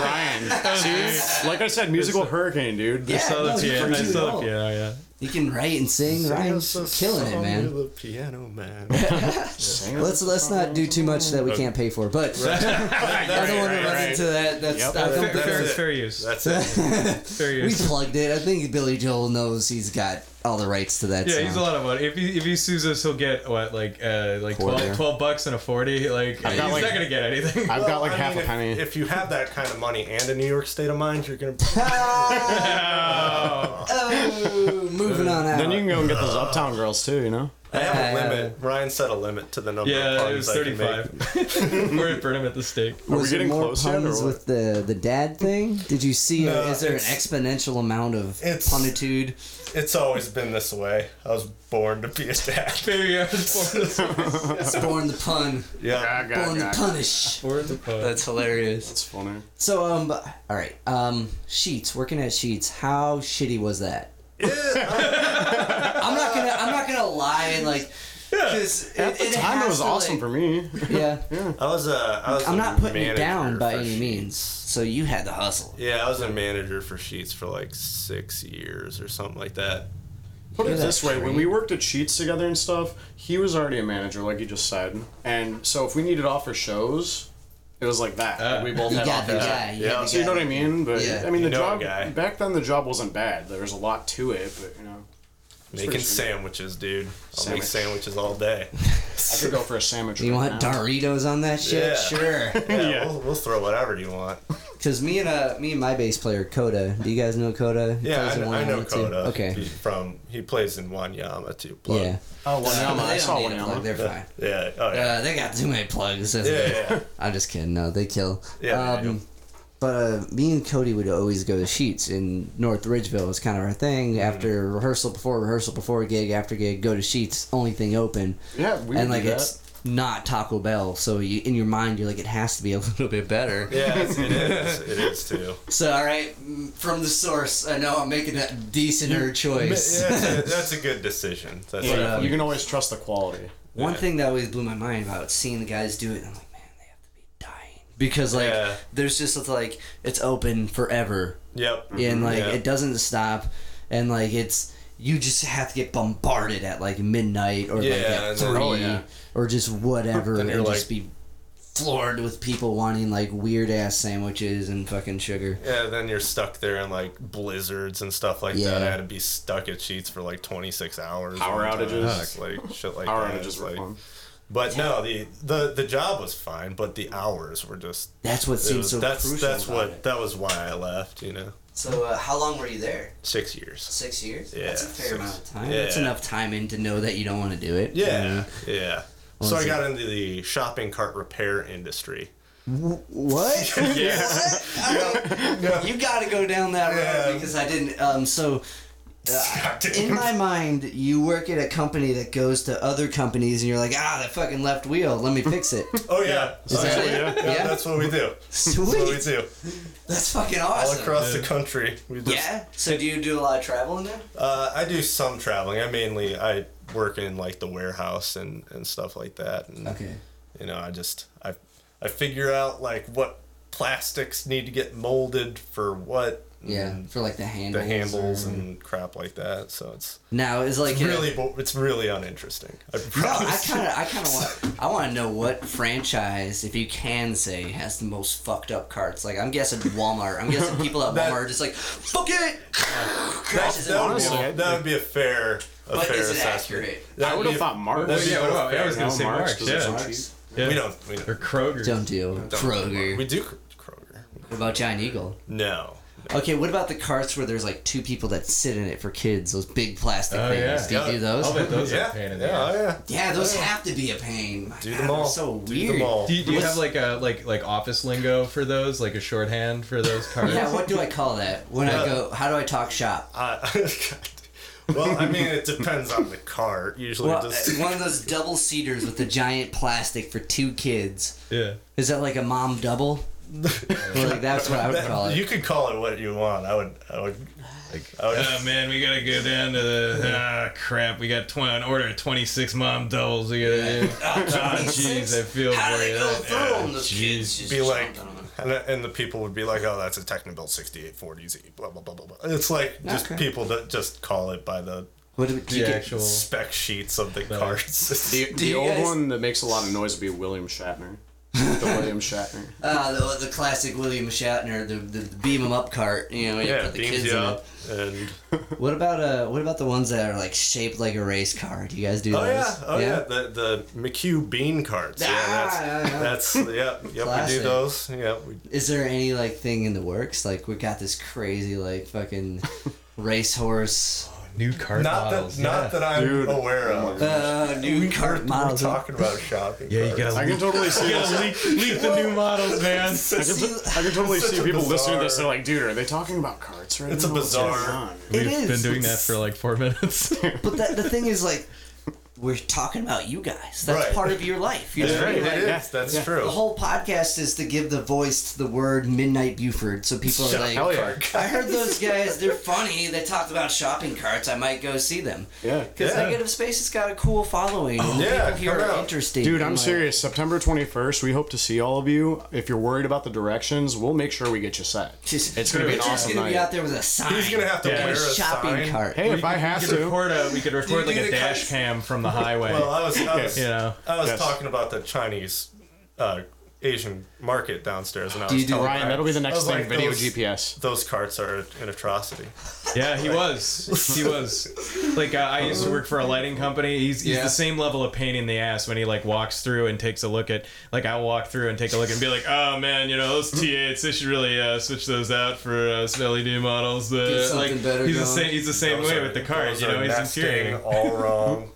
S4: Ryan. See, like I said, musical hurricane, dude.
S1: Yeah,
S2: Saw the
S1: no, you
S2: piano-
S1: freaking
S2: I saw the
S1: know.
S2: piano, yeah.
S1: He can write and sing. Ryan's killing it, man.
S3: The piano man.
S4: Sing it.
S1: Let's let's not do too much that we can't pay for. But I don't want to run into that. That's
S4: Yep.
S1: I don't
S2: Fair,
S1: think
S2: fair,
S3: it.
S2: fair use.
S3: That's it.
S2: Fair
S1: we
S2: use.
S1: plugged it. I think Billy Joel knows he's got all the rights to that.
S2: Yeah,
S1: sound.
S2: he's a lot of money. If he if he sues us, he'll get what like uh like
S1: Quarter.
S2: 12, 12 bucks and a forty. Like he's
S4: got, like-
S2: not gonna get anything.
S4: I've got like
S3: I
S4: half
S3: mean,
S4: a penny.
S3: If, if you have that kind of money and a New York state of mind, you're gonna.
S1: Oh, moving on out.
S4: then you can go and get those Uptown Girls too, you know.
S3: I have a
S1: Uh,
S3: limit. Ryan set a limit to the number. of
S2: yeah,
S3: puns
S2: it was
S3: I
S2: thirty
S3: can make.
S2: five. We're gonna burn him at the stake.
S4: Are
S1: was
S4: we getting
S1: it more
S4: close yet, or
S1: puns
S4: what?
S1: with the the dad thing? Did you see? uh,
S3: No,
S1: is there an
S3: it's-
S1: exponential amount of
S3: it's-
S1: punitude?
S3: It's always been this way. I was born to be a dad.
S2: Maybe I was born this
S1: Born the pun.
S3: Yeah.
S1: Born the punish.
S2: born the pub.
S1: That's hilarious.
S4: It's funny.
S1: So um, all right. Um, Sheets working at Sheets. How shitty was that? I'm not gonna. I'm not gonna lie and like. Cause it,
S4: At the
S1: it
S4: time, it
S1: has
S4: was
S1: to,
S4: awesome
S1: like-
S4: for me.
S1: Yeah.
S3: I was a. I was
S1: I'm
S3: a
S1: not putting it down
S3: manager
S1: by
S3: for
S1: any
S3: Sheets.
S1: means. So you had the hustle.
S3: Yeah, I was a manager for Sheets for like six years or something like that.
S4: Put
S1: You're
S4: it
S1: that
S4: this way: when we worked at Sheets together and stuff, he was already a manager, like you just said. And so, if we needed off for shows, it was like that. Like, we both
S1: Uh, You
S4: had
S1: got
S4: off.
S1: the
S4: for-
S1: guy. You
S3: Yeah,
S1: had the
S4: So you know
S1: guy.
S4: what I mean? But
S1: Yeah.
S4: I mean, the
S3: You know a
S4: job
S3: guy.
S4: back then, the job wasn't bad. There was a lot to it, but you know,
S3: Making
S4: pretty sweet.
S3: sandwiches, dude. I'll make
S4: Sandwich.
S3: sandwiches all day.
S4: I could go for a sandwich.
S1: You
S4: right
S1: want
S4: now.
S1: Doritos on that shit?
S3: Yeah.
S1: Sure.
S3: Yeah,
S4: Yeah.
S3: We'll, we'll throw whatever you want.
S1: Because me and uh, me and my bass player Coda. Do you guys know Coda? He
S3: Yeah,
S1: plays
S3: I,
S1: in
S3: kn- I
S1: One
S3: know
S1: Yama, too.
S3: Koda.
S1: Okay.
S3: He's from he plays in Wanyama too. Plug.
S1: Yeah.
S4: Oh, Wanyama.
S1: They
S4: I
S1: don't
S4: saw
S1: need a plug,
S4: Wanyama.
S1: They're fine.
S3: Yeah. Oh yeah.
S1: Uh, they got too many plugs.
S3: yeah. yeah, yeah.
S1: I'm just kidding. No, they kill.
S3: Yeah, they
S1: Um, but uh, me and Cody would always go to Sheets in North Ridgeville. It's kind of our
S3: Mm-hmm.
S1: thing. After rehearsal, before rehearsal, before gig, after gig, go to Sheets. Only thing open.
S4: Yeah, we
S1: and
S4: would
S1: like
S4: do that.
S1: it's not Taco Bell, so you, in your mind you're like it has to be a little bit better.
S3: Yeah, it's- it is. It is too.
S1: So all right, mm, from the source, I know I'm making a decenter
S3: Yeah,
S1: choice.
S3: that's a- that's a good decision. That's
S4: But,
S1: uh,
S3: yeah.
S4: you can always trust the quality.
S1: One
S3: Yeah.
S1: thing that always blew my mind about seeing the guys do it, I'm like, man, they have to be dying because like
S3: Yeah.
S1: there's just it's like it's open forever
S3: Yep.
S1: and like
S3: Mm-hmm. Yeah.
S1: it doesn't stop and like it's you just have to get bombarded at like midnight or like
S3: Yeah,
S1: at
S3: and
S1: three
S3: then-
S4: oh, yeah.
S1: or just whatever
S3: Then
S1: and
S3: you're
S1: just
S3: like-
S1: be floored with people wanting like weird ass sandwiches and fucking sugar.
S3: Yeah, then you're stuck there in like blizzards and stuff like that.
S1: Yeah.
S3: I had to be stuck at sheets for like 26 hours. one
S4: Power
S3: time,
S4: outages.
S3: like shit like
S4: Power
S3: that.
S4: outages were
S3: like-
S4: fun.
S3: But no, the, the the job was fine, but the hours were just.
S1: That's what
S3: it
S1: seems
S3: was-
S1: so
S3: that's
S1: crucial.
S3: that's
S1: about
S3: what
S1: it.
S3: that was why I left. You know,
S1: So uh, how long were you there?
S3: six years.
S1: Six years.
S3: Yeah,
S1: That's a fair
S3: six-
S1: amount of time.
S3: yeah.
S1: That's enough time in to know that you don't want to do it.
S3: Yeah, yeah.
S1: Was
S3: So I
S1: it-
S3: got into the shopping cart repair industry.
S1: What?
S3: Yeah,
S1: You got to go down that road
S3: Yeah.
S1: because I didn't. Um. So. Uh, in my mind, you work at a company that goes to other companies, and you're like, ah, that fucking left wheel. Let me fix it.
S3: Oh yeah,
S1: Is that
S3: Actually,
S1: it?
S3: yeah, yeah,
S1: Yeah.
S3: That's what we do. That's what we
S1: Sweet.
S3: do
S1: That's fucking
S3: all
S1: awesome.
S3: across the country. We just
S1: Yeah. So do you do a lot of traveling then?
S3: Uh, I do some traveling. I mainly I work in like the warehouse and, and stuff like that. And,
S1: Okay.
S3: You know, I just I I figure out like what plastics need to get molded for what.
S1: Yeah.
S3: and
S1: For like the handles.
S3: The handles
S1: or-
S3: and crap like that. So it's
S1: Now is like uh, a-
S3: really bo- it's really uninteresting. I
S1: No, I
S3: promise.
S1: kind of, I kind of want, I want to know what franchise, if you can say, has the most fucked up carts. Like I'm guessing Walmart. I'm guessing people at
S3: That-
S1: Walmart are just like, fuck it,
S3: that,
S1: crashes it.
S3: that, would be,
S4: Honestly,
S3: a- that would be a fair. A
S1: But
S3: fair
S1: is it
S3: assessment.
S1: accurate?
S3: That
S4: I
S3: would
S4: would have
S3: be-
S4: thought Marks.
S3: that'd be
S2: Oh, Yeah,
S3: a
S2: well,
S3: fair-
S2: I was gonna say Marks,
S4: 'cause it's
S2: yeah.
S4: so cheap.
S2: Yeah.
S3: We don't.
S2: Or
S3: We don't.
S2: Kroger.
S1: Don't do Kroger.
S3: We do Kro- Kroger.
S1: What about Giant Eagle?
S3: No.
S1: Okay, what about the carts where there's like two people that sit in it for kids? Those big plastic
S2: Oh,
S1: things.
S2: yeah.
S1: Do you do those?
S2: I'll bet those are a
S3: Yeah.
S2: pain
S3: Yeah.
S2: in the ass.
S3: Yeah.
S1: Yeah, those have to be a pain. My
S3: Do
S1: God,
S3: them
S1: they're
S3: all.
S1: So
S3: Do
S1: weird.
S3: them all.
S2: Do you, do you have like a like like office lingo for those, like a shorthand for those cards?
S1: Yeah, what do I call that when I
S3: Yeah.
S1: go? How do I talk shop?
S3: Uh, well, I mean, it depends on the car. Usually,
S1: Well, uh,
S3: just
S1: one of those double seaters with the giant plastic for two kids.
S2: Yeah.
S1: Is that like a mom double? Or, like that's what I would call it.
S3: you could call it what you want. I would. I would.
S2: Like,
S3: I would
S1: Um,
S2: oh man, we gotta go down to the ah crap. We got twenty an order of twenty six mom doubles. We gotta do. Ah, jeez, I feel
S1: How do
S2: for
S1: they
S2: you.
S1: go
S2: That-
S1: through
S2: ah,
S1: them? Those kids
S2: jeez.
S1: just
S3: be like,
S1: jumped on them.
S3: and, and the people would be like, "Oh, that's a Technobuild 6840Z." Blah blah blah blah blah. It's like just
S1: Okay.
S3: people that just call it by the
S1: What do, we- do you
S2: The
S1: get-
S2: actual.
S3: spec sheets of the cards.
S4: The,
S1: you
S4: the old
S1: guys-
S4: one that makes a lot of noise would be William Shatner. the William Shatner.
S1: Ah, the, the classic William Shatner, the, the, the beam 'em up cart. You know, you
S3: yeah,
S1: put the
S3: beams
S1: kids
S3: you
S1: in
S3: up
S1: it.
S3: and
S1: What about uh? What about the ones that are like shaped like a race car? Do you guys do
S3: oh
S1: those?
S3: yeah, oh yeah, the the McHugh bean cards.
S1: Ah,
S3: yeah,
S1: yeah, yeah.
S3: that's that's yeah, yep. We
S1: Classic.
S3: do those. Yeah, we
S1: Is there any like thing in the works? Like we got this crazy like fucking racehorse.
S2: New card
S3: not
S2: models.
S3: that not
S2: yeah.
S3: that I'm
S4: Dude.
S3: aware of.
S1: Uh, new
S3: We're-
S1: cart models.
S3: We're
S1: huh?
S3: talking about shopping.
S2: Yeah, you
S3: carts.
S2: gotta,
S4: I can totally see.
S2: you gotta leak, leak the new models, man.
S4: I can, t- I can totally
S3: Such
S4: see
S3: a
S4: people listening to this. They're
S3: bizarre-
S4: like, dude, are they talking about carts right
S3: It's
S4: now?
S3: a
S4: What's
S3: bizarre-
S4: going on?"
S1: It
S2: We've been
S1: is.
S2: doing that for like four minutes.
S1: But that, the thing is, like, we're talking about you guys. That's
S3: Right.
S1: part of your life. You
S3: That's
S1: know what I
S3: right.
S1: mean?
S3: It is.
S1: Like,
S3: That's true.
S1: The whole podcast is to give the voice to the word Midnight Buford, so people are
S3: Shut-
S1: like,
S4: Hell yeah.
S1: I heard those guys. They're funny. They talked about shopping carts. I might go see them.
S4: Yeah.
S1: Because
S3: Yeah. Oh,
S1: Negative Space has got a cool following. and the
S3: Yeah,
S1: people here
S3: come
S1: are
S3: out.
S1: interesting.
S4: Dude,
S1: and,
S4: I'm
S1: like,
S4: serious. September 21st, we hope to see all of you. If you're worried about the directions, we'll make sure we get you set.
S1: Just,
S4: It's gonna be an
S1: Richard's
S4: awesome
S1: gonna be
S4: night.
S1: out there with a sign.
S3: He's gonna have to
S1: and
S3: wear
S1: a
S3: a
S1: shopping
S3: sign.
S1: cart.
S4: Hey, if I have
S2: we could
S4: to.
S2: record a, we could record like
S3: do
S2: a
S3: the
S2: dash
S3: cuts?
S2: cam from the highway.
S3: Well, I was, I was,
S2: you know.
S3: I was
S4: Yes.
S3: talking about the Chinese uh, Asian market downstairs, and I
S1: Do
S3: was
S1: you do
S3: telling
S1: the-
S4: Ryan, that'll be the
S3: I
S4: next
S3: was
S4: thing.
S3: like,
S4: video
S3: those-
S4: GPS.
S3: those carts are an atrocity.
S2: Yeah, he was. He was. Like uh, I, I used to work for a lighting company. He's, he's
S1: Yeah.
S2: the same level of pain in the ass when he like walks through and takes a look at. Like I walk through and take a look and be like, oh man, you know those T8s, they should really uh, switch those out for uh, some LED models.
S1: Get
S2: Uh,
S1: something
S2: like
S1: better
S2: he's the
S1: going.
S2: same. He's the same
S3: Those
S2: way
S3: are-
S2: with the cars.
S3: those
S2: You
S3: are
S2: know, he's
S3: nesting
S2: infuriating.
S3: All wrong.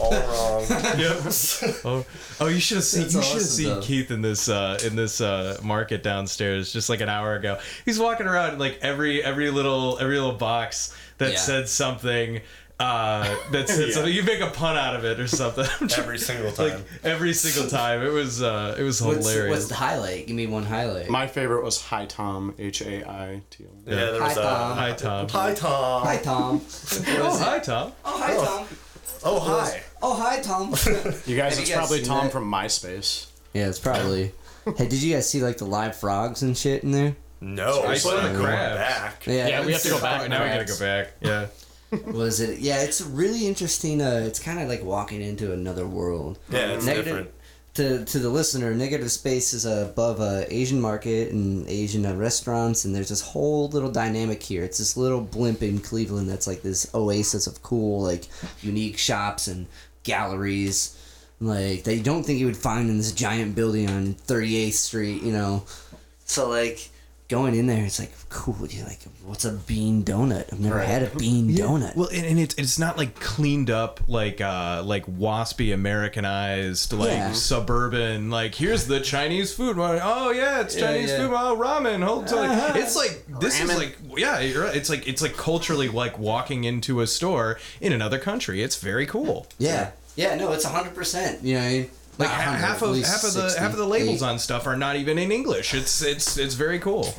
S3: All wrong.
S2: Yep. Oh, oh, you should have seen.
S1: That's
S2: you should
S1: awesome,
S2: have seen
S1: though.
S2: Keith in this uh, in this uh, market downstairs just like an hour ago. He's walking around like every every little every little box that
S1: Yeah.
S2: said something. Uh, that said
S4: Yeah.
S2: something. You make a pun out of it or something.
S3: Every single
S2: like
S3: time.
S2: every single time. It was uh, it was
S1: What's,
S2: hilarious.
S1: what's the highlight? Give me one highlight.
S4: My favorite was Hi Tom, H A I T O M.
S3: yeah, there
S1: Hi,
S3: was
S1: Tom.
S3: a.
S2: hi Tom.
S3: Hi Tom.
S1: hi Tom.
S2: Oh, hi Tom.
S1: Oh hi Tom.
S3: Oh hi.
S1: Oh hi Tom.
S4: You guys,
S1: Have you
S4: it's
S1: guys
S4: probably
S1: seen
S4: Tom
S1: that?
S4: from MySpace.
S1: yeah, it's probably. hey, did you guys see like the live frogs and shit in there?
S3: No, I
S2: saw the
S3: going
S2: crabs.
S3: back.
S4: Yeah, we have to go back
S2: Oh, now we gotta go back. Yeah.
S1: Was it? Yeah, it's really interesting. Uh, it's kind of like walking into another world.
S3: Yeah, it's
S1: Negative- to,
S3: different.
S1: to the listener, negative space is above uh, Asian market and Asian uh, restaurants, and there's this whole little dynamic here. It's this little blimp in Cleveland that's like this oasis of cool, like unique shops and galleries, like that you don't think you would find in this giant building on 38th Street, you know. So like going in there, it's like cool. You're like, what's a bean donut? I've never had a bean donut.
S2: Well, and, and it's it's not like cleaned up like uh like waspy Americanized like
S1: Yeah.
S2: suburban like here's the Chinese food. Oh yeah, it's Chinese
S1: yeah. Uh-huh.
S2: food. Oh ramen. Hold to like, it's like this is like yeah, you're right. it's like it's like culturally like walking into a store in another country. It's very cool.
S1: yeah, yeah. No, it's hundred percent. You know. what I mean?
S2: Like
S1: Not
S2: ha-
S1: 100,
S2: half
S1: at
S2: of
S1: least
S2: half of the
S1: 60,
S2: half of the labels
S1: 80.
S2: on stuff are not even in English. It's it's it's very cool.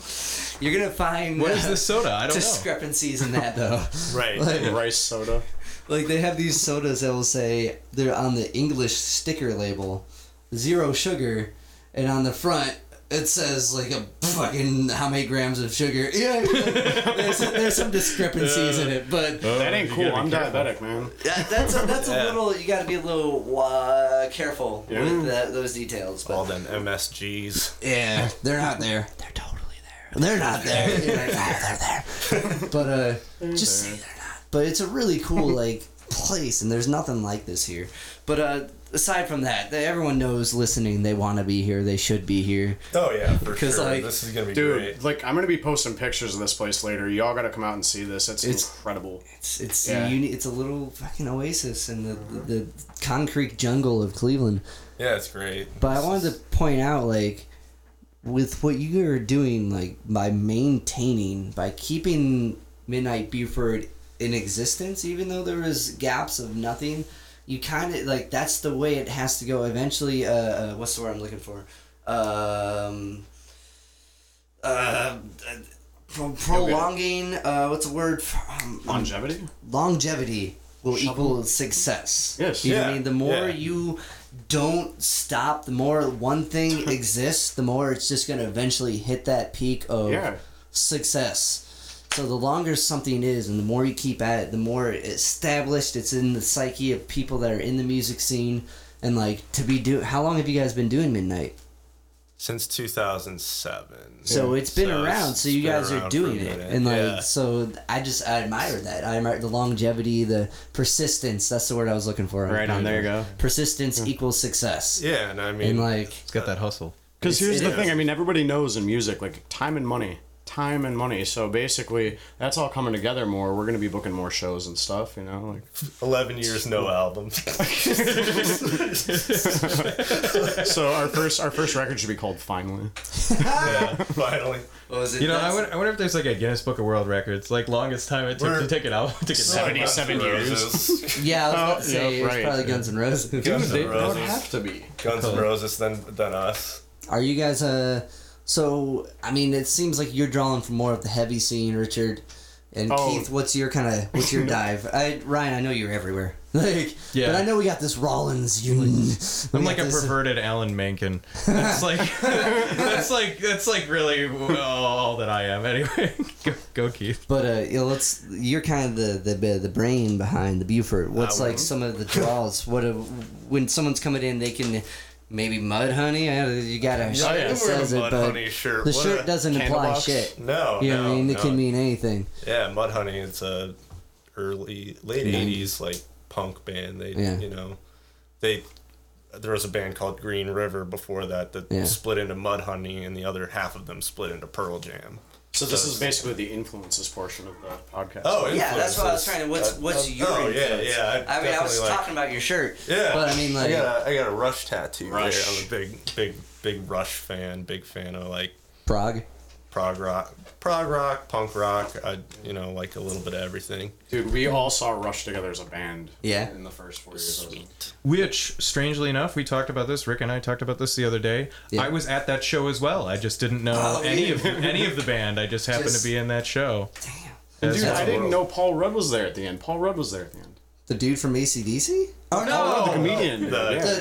S1: You're gonna find uh,
S2: What is this soda? I don't know.
S1: discrepancies in that though.
S3: Right.
S1: Like,
S4: Rice soda.
S1: like, they have these sodas that will say they're on the English sticker label, zero sugar, and on the front it says like a fucking how many grams of sugar. Yeah, there's, there's some discrepancies in it, but
S4: that ain't cool. I'm diabetic, man.
S1: that, that's a, that's a little you got to be a little uh, careful with
S4: Yeah.
S1: that, those details. But
S3: All them MSGs.
S1: Yeah, they're not there. They're totally there. They're not there. You're like, "Ah, they're there. But uh, just say they're not. But it's a really cool like place, and there's nothing like this here. But uh, aside from that, they, everyone knows listening. They want to be here. They should be here.
S3: Oh yeah, for
S1: 'Cause,
S3: sure.
S1: like,
S3: this is gonna be
S4: Dude,
S3: great.
S4: like I'm gonna be posting pictures of this place later. Y'all gotta come out and see this. It's,
S1: It's-
S4: incredible.
S1: It's it's
S4: Yeah.
S1: a uni- It's a little fucking oasis in the the concrete jungle of Cleveland.
S3: Yeah, it's great.
S1: But I wanted to point out, like, with what you are doing, like, by maintaining, by keeping Midnight Buford in existence, even though there was gaps of nothing, you kind of, like, that's the way it has to go. Eventually, uh, uh what's the word I'm looking for? Um, uh, pro- prolonging, uh, what's the word? Um,
S4: Longevity.
S1: longevity will equal success.
S4: Yes.
S1: You know what I
S3: Yeah,
S1: mean? The more
S3: yeah.
S1: you don't stop, the more one thing exists, the more it's just going to eventually hit that peak of
S4: Yeah.
S1: success. So the longer something is and the more you keep at it, the more established it's in the psyche of people that are in the music scene and like to be do how long have you guys been doing midnight?
S3: Since 2007.
S1: So it's been
S3: So
S1: around.
S3: it's
S1: So you
S3: been
S1: guys are
S3: around for a
S1: doing it,
S3: minute,
S1: and like
S3: yeah.
S1: so. I just I admire that. I admire the longevity, the persistence. That's the word I was looking for.
S4: Right on, there you go.
S1: Persistence equals success.
S3: Yeah, and I mean,
S1: And like
S2: It's got that hustle.
S4: Because here's
S1: it
S4: the
S1: is.
S4: thing. I mean, everybody knows in music, like time and money, time and money. So basically, that's all coming together more. We're gonna be booking more shows and stuff. You know, like
S3: 11 years, no albums.
S4: so. Our first, our first record should be called Finally.
S3: yeah, finally.
S1: what was it?
S2: You know, I
S1: That's-
S2: wonder, I wonder if there's like a Guinness Book of World Records, like longest time it took
S3: We're-
S2: to take it out. To get
S4: 77
S3: Guns N'
S4: years.
S3: Roses.
S1: yeah, I was about to
S4: Oh,
S1: say
S4: yeah,
S1: it was
S4: right.
S1: probably Guns N'
S3: Guns
S1: Roses.
S3: N' Roses.
S4: to be.
S3: Guns N' Roses, then, then us.
S1: Are you guys uh? So I mean, it seems like you're drawing from more of the heavy scene, Richard. And
S4: Oh.
S1: Keith, what's your kind of what's your dive? I, Ryan, I know you're everywhere. Like,
S2: Yeah.
S1: but I know we got this Rollins union.
S2: I'm like a perverted Alan Menken. That's like that's like that's like really all that I am. Anyway, go, go Keith.
S1: But uh, you know, let's. You're kind of the, the the brain uh, behind the Buford. What's like some of the draws? What a, when someone's coming in, they can Maybe mud honey. I don't know, You gotta.
S3: Yeah, I am
S1: it says
S3: wearing a
S1: it,
S3: mud
S1: but
S3: honey shirt.
S1: The
S3: What
S1: shirt
S3: a-
S1: doesn't
S4: candle
S1: imply
S4: box?
S1: shit.
S3: No,
S1: You know what
S3: no,
S1: I mean? It
S3: no.
S1: can mean anything.
S3: Yeah, Mudhoney. It's a early late '80s like punk band. They
S1: Yeah.
S3: you know they there was a band called Green River before that that
S1: Yeah.
S3: split into Mudhoney, and the other half of them split into Pearl Jam.
S4: So this is basically the influences portion of the podcast.
S3: Oh,
S1: Yeah, that's what I was
S3: influences.
S1: trying to. What's
S3: Uh,
S1: what's
S3: uh,
S1: your?
S3: Oh
S1: influence?
S3: yeah, yeah.
S1: I, mean, I was
S3: definitely like-
S1: talking about your shirt.
S3: Yeah,
S1: But I mean, like,
S3: I got a, I got a Rush tattoo. there.
S4: Rush.
S3: I'm a big, big, big Rush fan. Big fan of like
S1: Prague.
S3: prog rock, prog rock, punk rock. I you know like a little bit of everything.
S4: Dude, we all saw Rush together as a band.
S1: Yeah.
S4: In the first four years. Sweet.
S2: Which, strangely enough, we talked about this. Rick and I talked about this the other day.
S1: Yeah.
S2: I was at that show as well. I just didn't know
S1: Oh,
S2: any
S1: you-
S2: of any of the band. I just happened
S1: Just-
S2: to be in that show.
S1: Damn.
S2: As
S4: Dude,
S2: well.
S4: I didn't know Paul Rudd was there at the end. Paul Rudd was there at the end.
S1: The dude from ACDC? Oh
S4: Oh, the
S1: no!
S4: comedian.
S3: The-
S1: The,
S4: yeah.
S1: the,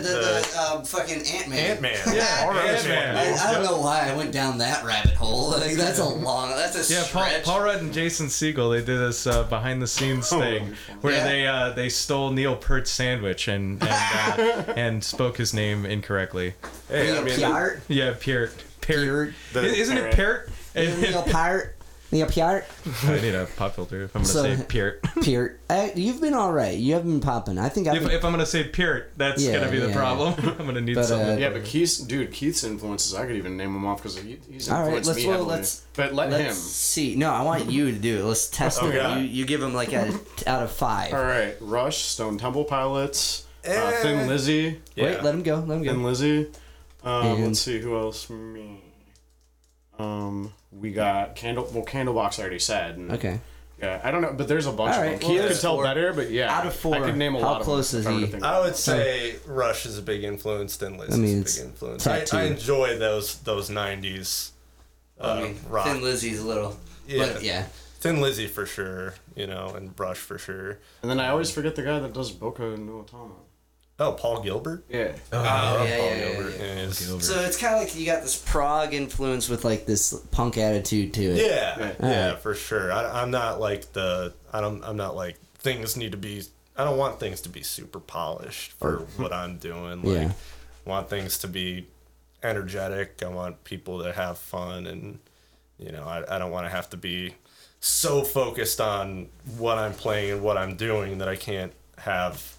S1: the, um, fucking Ant Man.
S3: Ant Man. Yeah,
S2: All right,
S3: Ant-Man.
S1: I,
S2: man.
S1: I don't know why I went down that rabbit hole. Like, that's a long. That's a
S2: Yeah, Paul,
S1: stretch.
S2: Paul Rudd and Jason Siegel, they did this uh, behind the scenes thing where
S1: Oh, Yeah.
S2: they uh, they stole Neil Peart's sandwich and and, uh, and spoke his name incorrectly.
S3: Hey, I mean,
S1: Peart.
S2: Yeah, Peart. Peart.
S3: Peart.
S2: Isn't it Peart?
S1: Neil Peart. Neil Peart.
S2: I need a pop filter if I'm
S1: So-
S2: going to say Peart.
S1: Peart. Uh, you've been all right. You haven't been popping. I think I've.
S2: If,
S1: been-
S2: if I'm gonna say Peart, that's
S1: Yeah,
S2: gonna be the
S1: yeah.
S2: problem. I'm gonna need
S1: But, uh,
S2: something.
S4: Yeah, but Keith's dude, Keith's influences. I could even name them off because he, he's influenced
S1: All right, let's-
S4: me
S1: well,
S4: heavily.
S1: let's-
S4: but let
S1: Let's
S4: him.
S1: see. No, I want you to do it. Let's test
S3: Oh,
S1: it.
S3: God.
S1: You, you give him like a out of five.
S4: All right, Rush, Stone Temple Pilots, uh,
S3: Eh.
S4: Thin Lizzy,
S3: yeah.
S1: Wait, let him go. Let him
S4: Thin
S1: go.
S4: Lizzy. Um,
S1: And-
S4: let's see who else. Me. Um, we got Candle. Well, Candlebox I already said. and-
S1: Okay.
S4: Yeah, I don't know, but there's a bunch
S1: All
S4: of
S1: right,
S4: them.
S1: well,
S4: Keith could
S1: that's
S4: tell
S1: four.
S4: better, but yeah,
S1: Out of four,
S4: I could name a
S1: how
S4: lot of
S1: close
S4: them
S1: is
S4: if I were to
S1: he?
S4: think
S3: I
S4: about it.
S3: would say Rush is a big influence. Thin Lizzy
S1: I mean,
S3: is
S1: it's
S3: a big influence. I, I
S1: tattooed.
S3: enjoy those those '90s uh,
S1: I mean,
S3: rock.
S1: Thin Lizzy's a little.
S3: Yeah.
S1: But yeah.
S3: Thin Lizzy for sure, you know, and Rush for sure.
S4: And then I always forget the guy that does Boca no Tama.
S3: Oh, Paul Gilbert.
S4: Yeah.
S3: Oh,
S1: yeah,
S3: Paul
S1: yeah, yeah,
S3: Gilbert. Yeah, is- yeah,
S1: So it's kind of like you got this prog influence with like this punk attitude to it.
S3: yeah,
S1: Alright.
S3: for sure. I, I'm not like the. I don't. I'm not like things need to be. I don't want things to be super polished for what I'm doing. Like,
S1: Yeah.
S3: I want things to be energetic. I want people to have fun, and you know, I, I don't want to have to be so focused on what I'm playing and what I'm doing that I can't have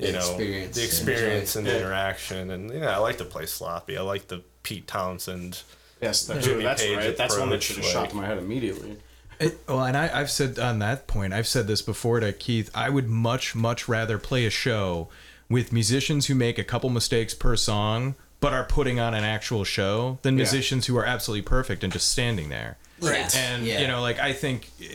S3: you
S1: The
S3: know
S1: experience
S3: the
S1: and
S3: experience
S1: enjoy
S3: and the interaction. And yeah, I like to play sloppy. I like the Pete Townsend.
S4: Yes, that,
S3: Jimmy
S4: that's
S3: Page
S4: right. That's one that
S3: approach,
S4: should have shot
S3: like-
S4: to my head immediately.
S2: It, well, and I, I've said on that point, I've said this before to Keith. I would much, much rather play a show with musicians who make a couple mistakes per song, but are putting on an actual show, than musicians who are absolutely perfect and just standing there.
S1: Right.
S2: And
S1: Yeah.
S2: you know, like I think. eh,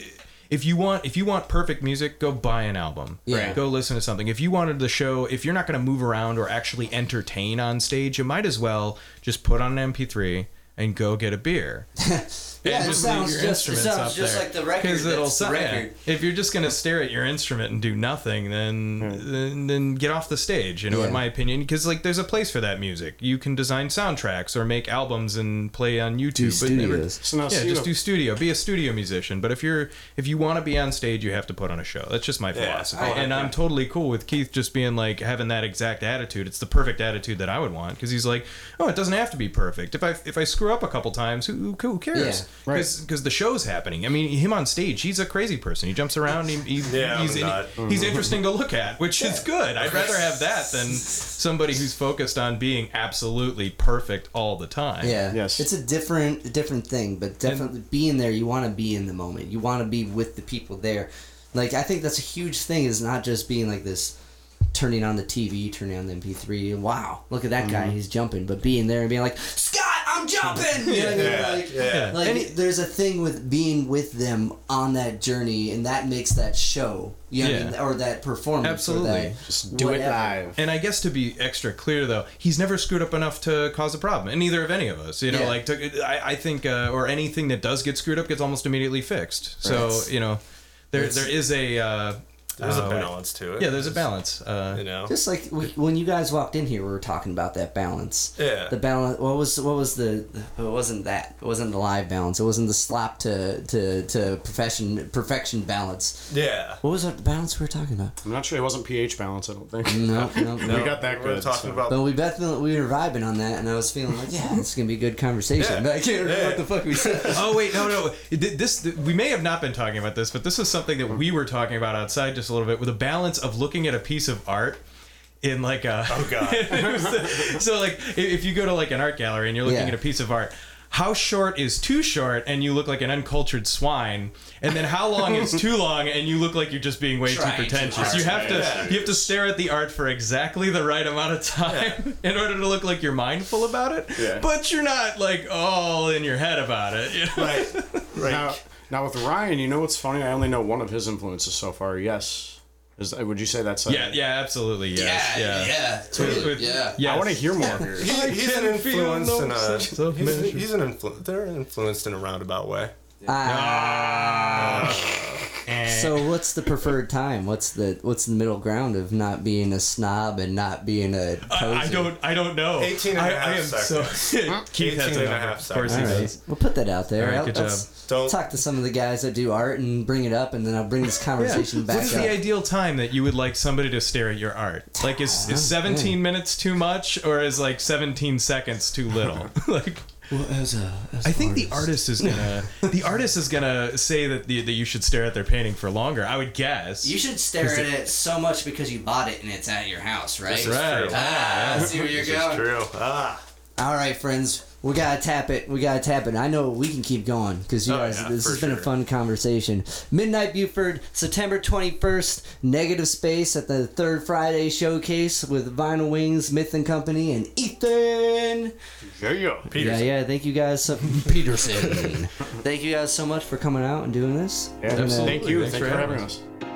S2: If you want, if you want perfect music, go buy an album.
S1: Yeah.
S2: Go listen to something. If you wanted the show, if you're not going to move around or actually entertain on stage, you might as well just put on an MP3 and go get a beer.
S1: Yeah,
S2: And
S1: it
S2: just leave
S1: sounds
S2: your
S1: just, it
S2: instruments
S1: sounds
S2: up
S1: just
S2: there.
S1: like the record.
S2: 'Cause it'll
S1: that's the
S2: sound- yeah.
S1: record.
S2: If you're just gonna stare at your instrument and do nothing, then then, then get off the stage. You know,
S1: Yeah.
S2: in my opinion, because like there's a place for that music. You can design soundtracks or make albums and play on
S1: Do
S2: YouTube. but never-
S1: studios.
S4: So now,
S2: yeah,
S4: see
S2: just
S4: what-
S2: do studio. Be a studio musician. But if you're if you want to be on stage, you have to put on a show. That's just my philosophy,
S3: I-
S2: and I'm totally cool with Keith just being like having that exact attitude. It's the perfect attitude that I would want because he's like, oh, it doesn't have to be perfect. If I if I screw up a couple times, who who cares? Because
S4: Yeah, right.
S2: the show's happening. I mean, him on stage, he's a crazy person. He jumps around. He, he-
S3: Yeah, I'm
S2: he's
S3: not.
S2: he's interesting to look at, which is good. I'd rather have that than somebody who's focused on being absolutely perfect all the time.
S1: Yeah.
S4: Yes.
S1: It's a different different thing, but definitely being there, you want to be in the moment. You want to be with the people there. Like I think that's a huge thing is not just being like this turning on the TV, turning on the MP3, and wow, look at that guy, he's jumping, but being there and being like, "Scott, I'm jumping." You know what I mean?
S3: Yeah,
S1: Like,
S3: yeah.
S1: like,
S2: Any-
S1: there's a thing with being with them on that journey and that makes that show, you know what I
S2: Yeah.
S1: mean? or that performance
S2: Absolutely.
S1: or that
S4: Just do it
S1: whatever.
S4: live.
S2: And I guess to be extra clear, though, he's never screwed up enough to cause a problem, and neither of any of us. You know,
S1: Yeah.
S2: like to, I, I think, uh, or anything that does get screwed up gets almost immediately fixed. So you know, there there is a uh,
S3: There's
S2: Oh,
S3: a
S2: wait.
S3: balance to it.
S2: Yeah, there's a balance. Uh,
S3: You know.
S1: Just like we, when you guys walked in here, we were talking about that balance.
S3: Yeah.
S1: The balance. What was what was the? It wasn't that. It wasn't the live balance. It wasn't the slop to to to profession perfection balance.
S3: Yeah.
S1: What was the balance we were talking about?
S4: I'm not sure. It wasn't pH balance. I don't think.
S2: Mm,
S1: No, no, no.
S4: We got that
S3: We're
S4: good,
S3: talking
S4: so.
S3: about
S1: But we both feel- we were vibing on that, and I was feeling like, yeah, this is gonna be a good conversation.
S3: Yeah.
S1: But I can't remember
S3: Yeah.
S1: what the fuck we said.
S2: oh wait, no, no. Th- This th- we may have not been talking about this, but this is something that we were talking about outside just a little bit with a balance of looking at a piece of art in like a
S3: Oh, God.
S2: It was the- so like i- if you go to like an art gallery and you're looking
S1: Yeah.
S2: at a piece of art how short is too short and you look like an uncultured swine and then how long is too long and you look like you're just being way
S1: Trying
S2: too
S1: too
S2: pretentious
S1: hard.
S2: you have to
S3: Yeah.
S2: you have to stare at the art for exactly the right amount of time in order to look like you're mindful about it
S4: Yeah.
S2: but you're not like all in your head about it you know?
S3: right, right.
S4: Now, now with Ryan, you know what's funny? I only know one of his influences so far. Yes, is would you say that's
S2: Yeah, yeah, absolutely. Yes. yeah. With-
S1: totally,
S2: with- yes.
S4: I want to hear more of yours.
S3: He- he's an
S2: can feel
S3: influence
S2: no
S3: in a.
S2: sense of
S3: He's,
S2: measure.
S3: he's an influ- They're influenced in a roundabout way.
S1: Ah,
S2: Eh.
S1: so what's the preferred time? What's the what's the middle ground of not being a snob and not being a poser?
S2: I, I don't. I don't know.
S3: 18 and a
S2: I,
S3: half
S2: I am so. Keith
S3: 18
S2: has
S3: and
S2: a
S3: a
S2: number.
S3: half
S2: Of course, he
S1: All right,
S2: does.
S1: we'll put that out there.
S2: All right,
S1: I'll-
S2: good
S1: let's
S3: job.
S1: talk to some of the guys that do art and bring it up, and then I'll bring this conversation back
S2: What's
S1: up.
S2: the ideal time that you would like somebody to stare at your art? Like, is, is 17 minutes too much, or is like 17 seconds too little? like,
S1: Well, as a, as
S2: I think the artist is gonna the artist is gonna say that the, that you should stare at their painting for longer. I would guess.
S1: You should stare at it so much because you bought it and it's at your house, right?
S3: is
S2: Right.
S3: true.
S1: Ah, I see where you're
S3: This is
S1: going.
S3: true. Ah,
S1: All right, friends, we gotta tap it. We gotta tap it. I know we can keep going because you
S3: Oh,
S1: guys.
S3: yeah,
S1: this has
S3: for
S1: been a
S3: sure.
S1: fun conversation. Midnight Buford, September twenty first. Negative Space at the Third Friday Showcase with Vinyl Wings, Myth and Company, and Ethan.
S4: Yeah, yeah.
S1: Yeah, yeah. Thank you guys, so- Peterson. thank you guys so much for coming out and doing this.
S4: Yeah,
S1: And, uh,
S4: Thank you.
S2: Thanks
S4: Thanks
S2: for
S4: for
S2: having
S4: having us.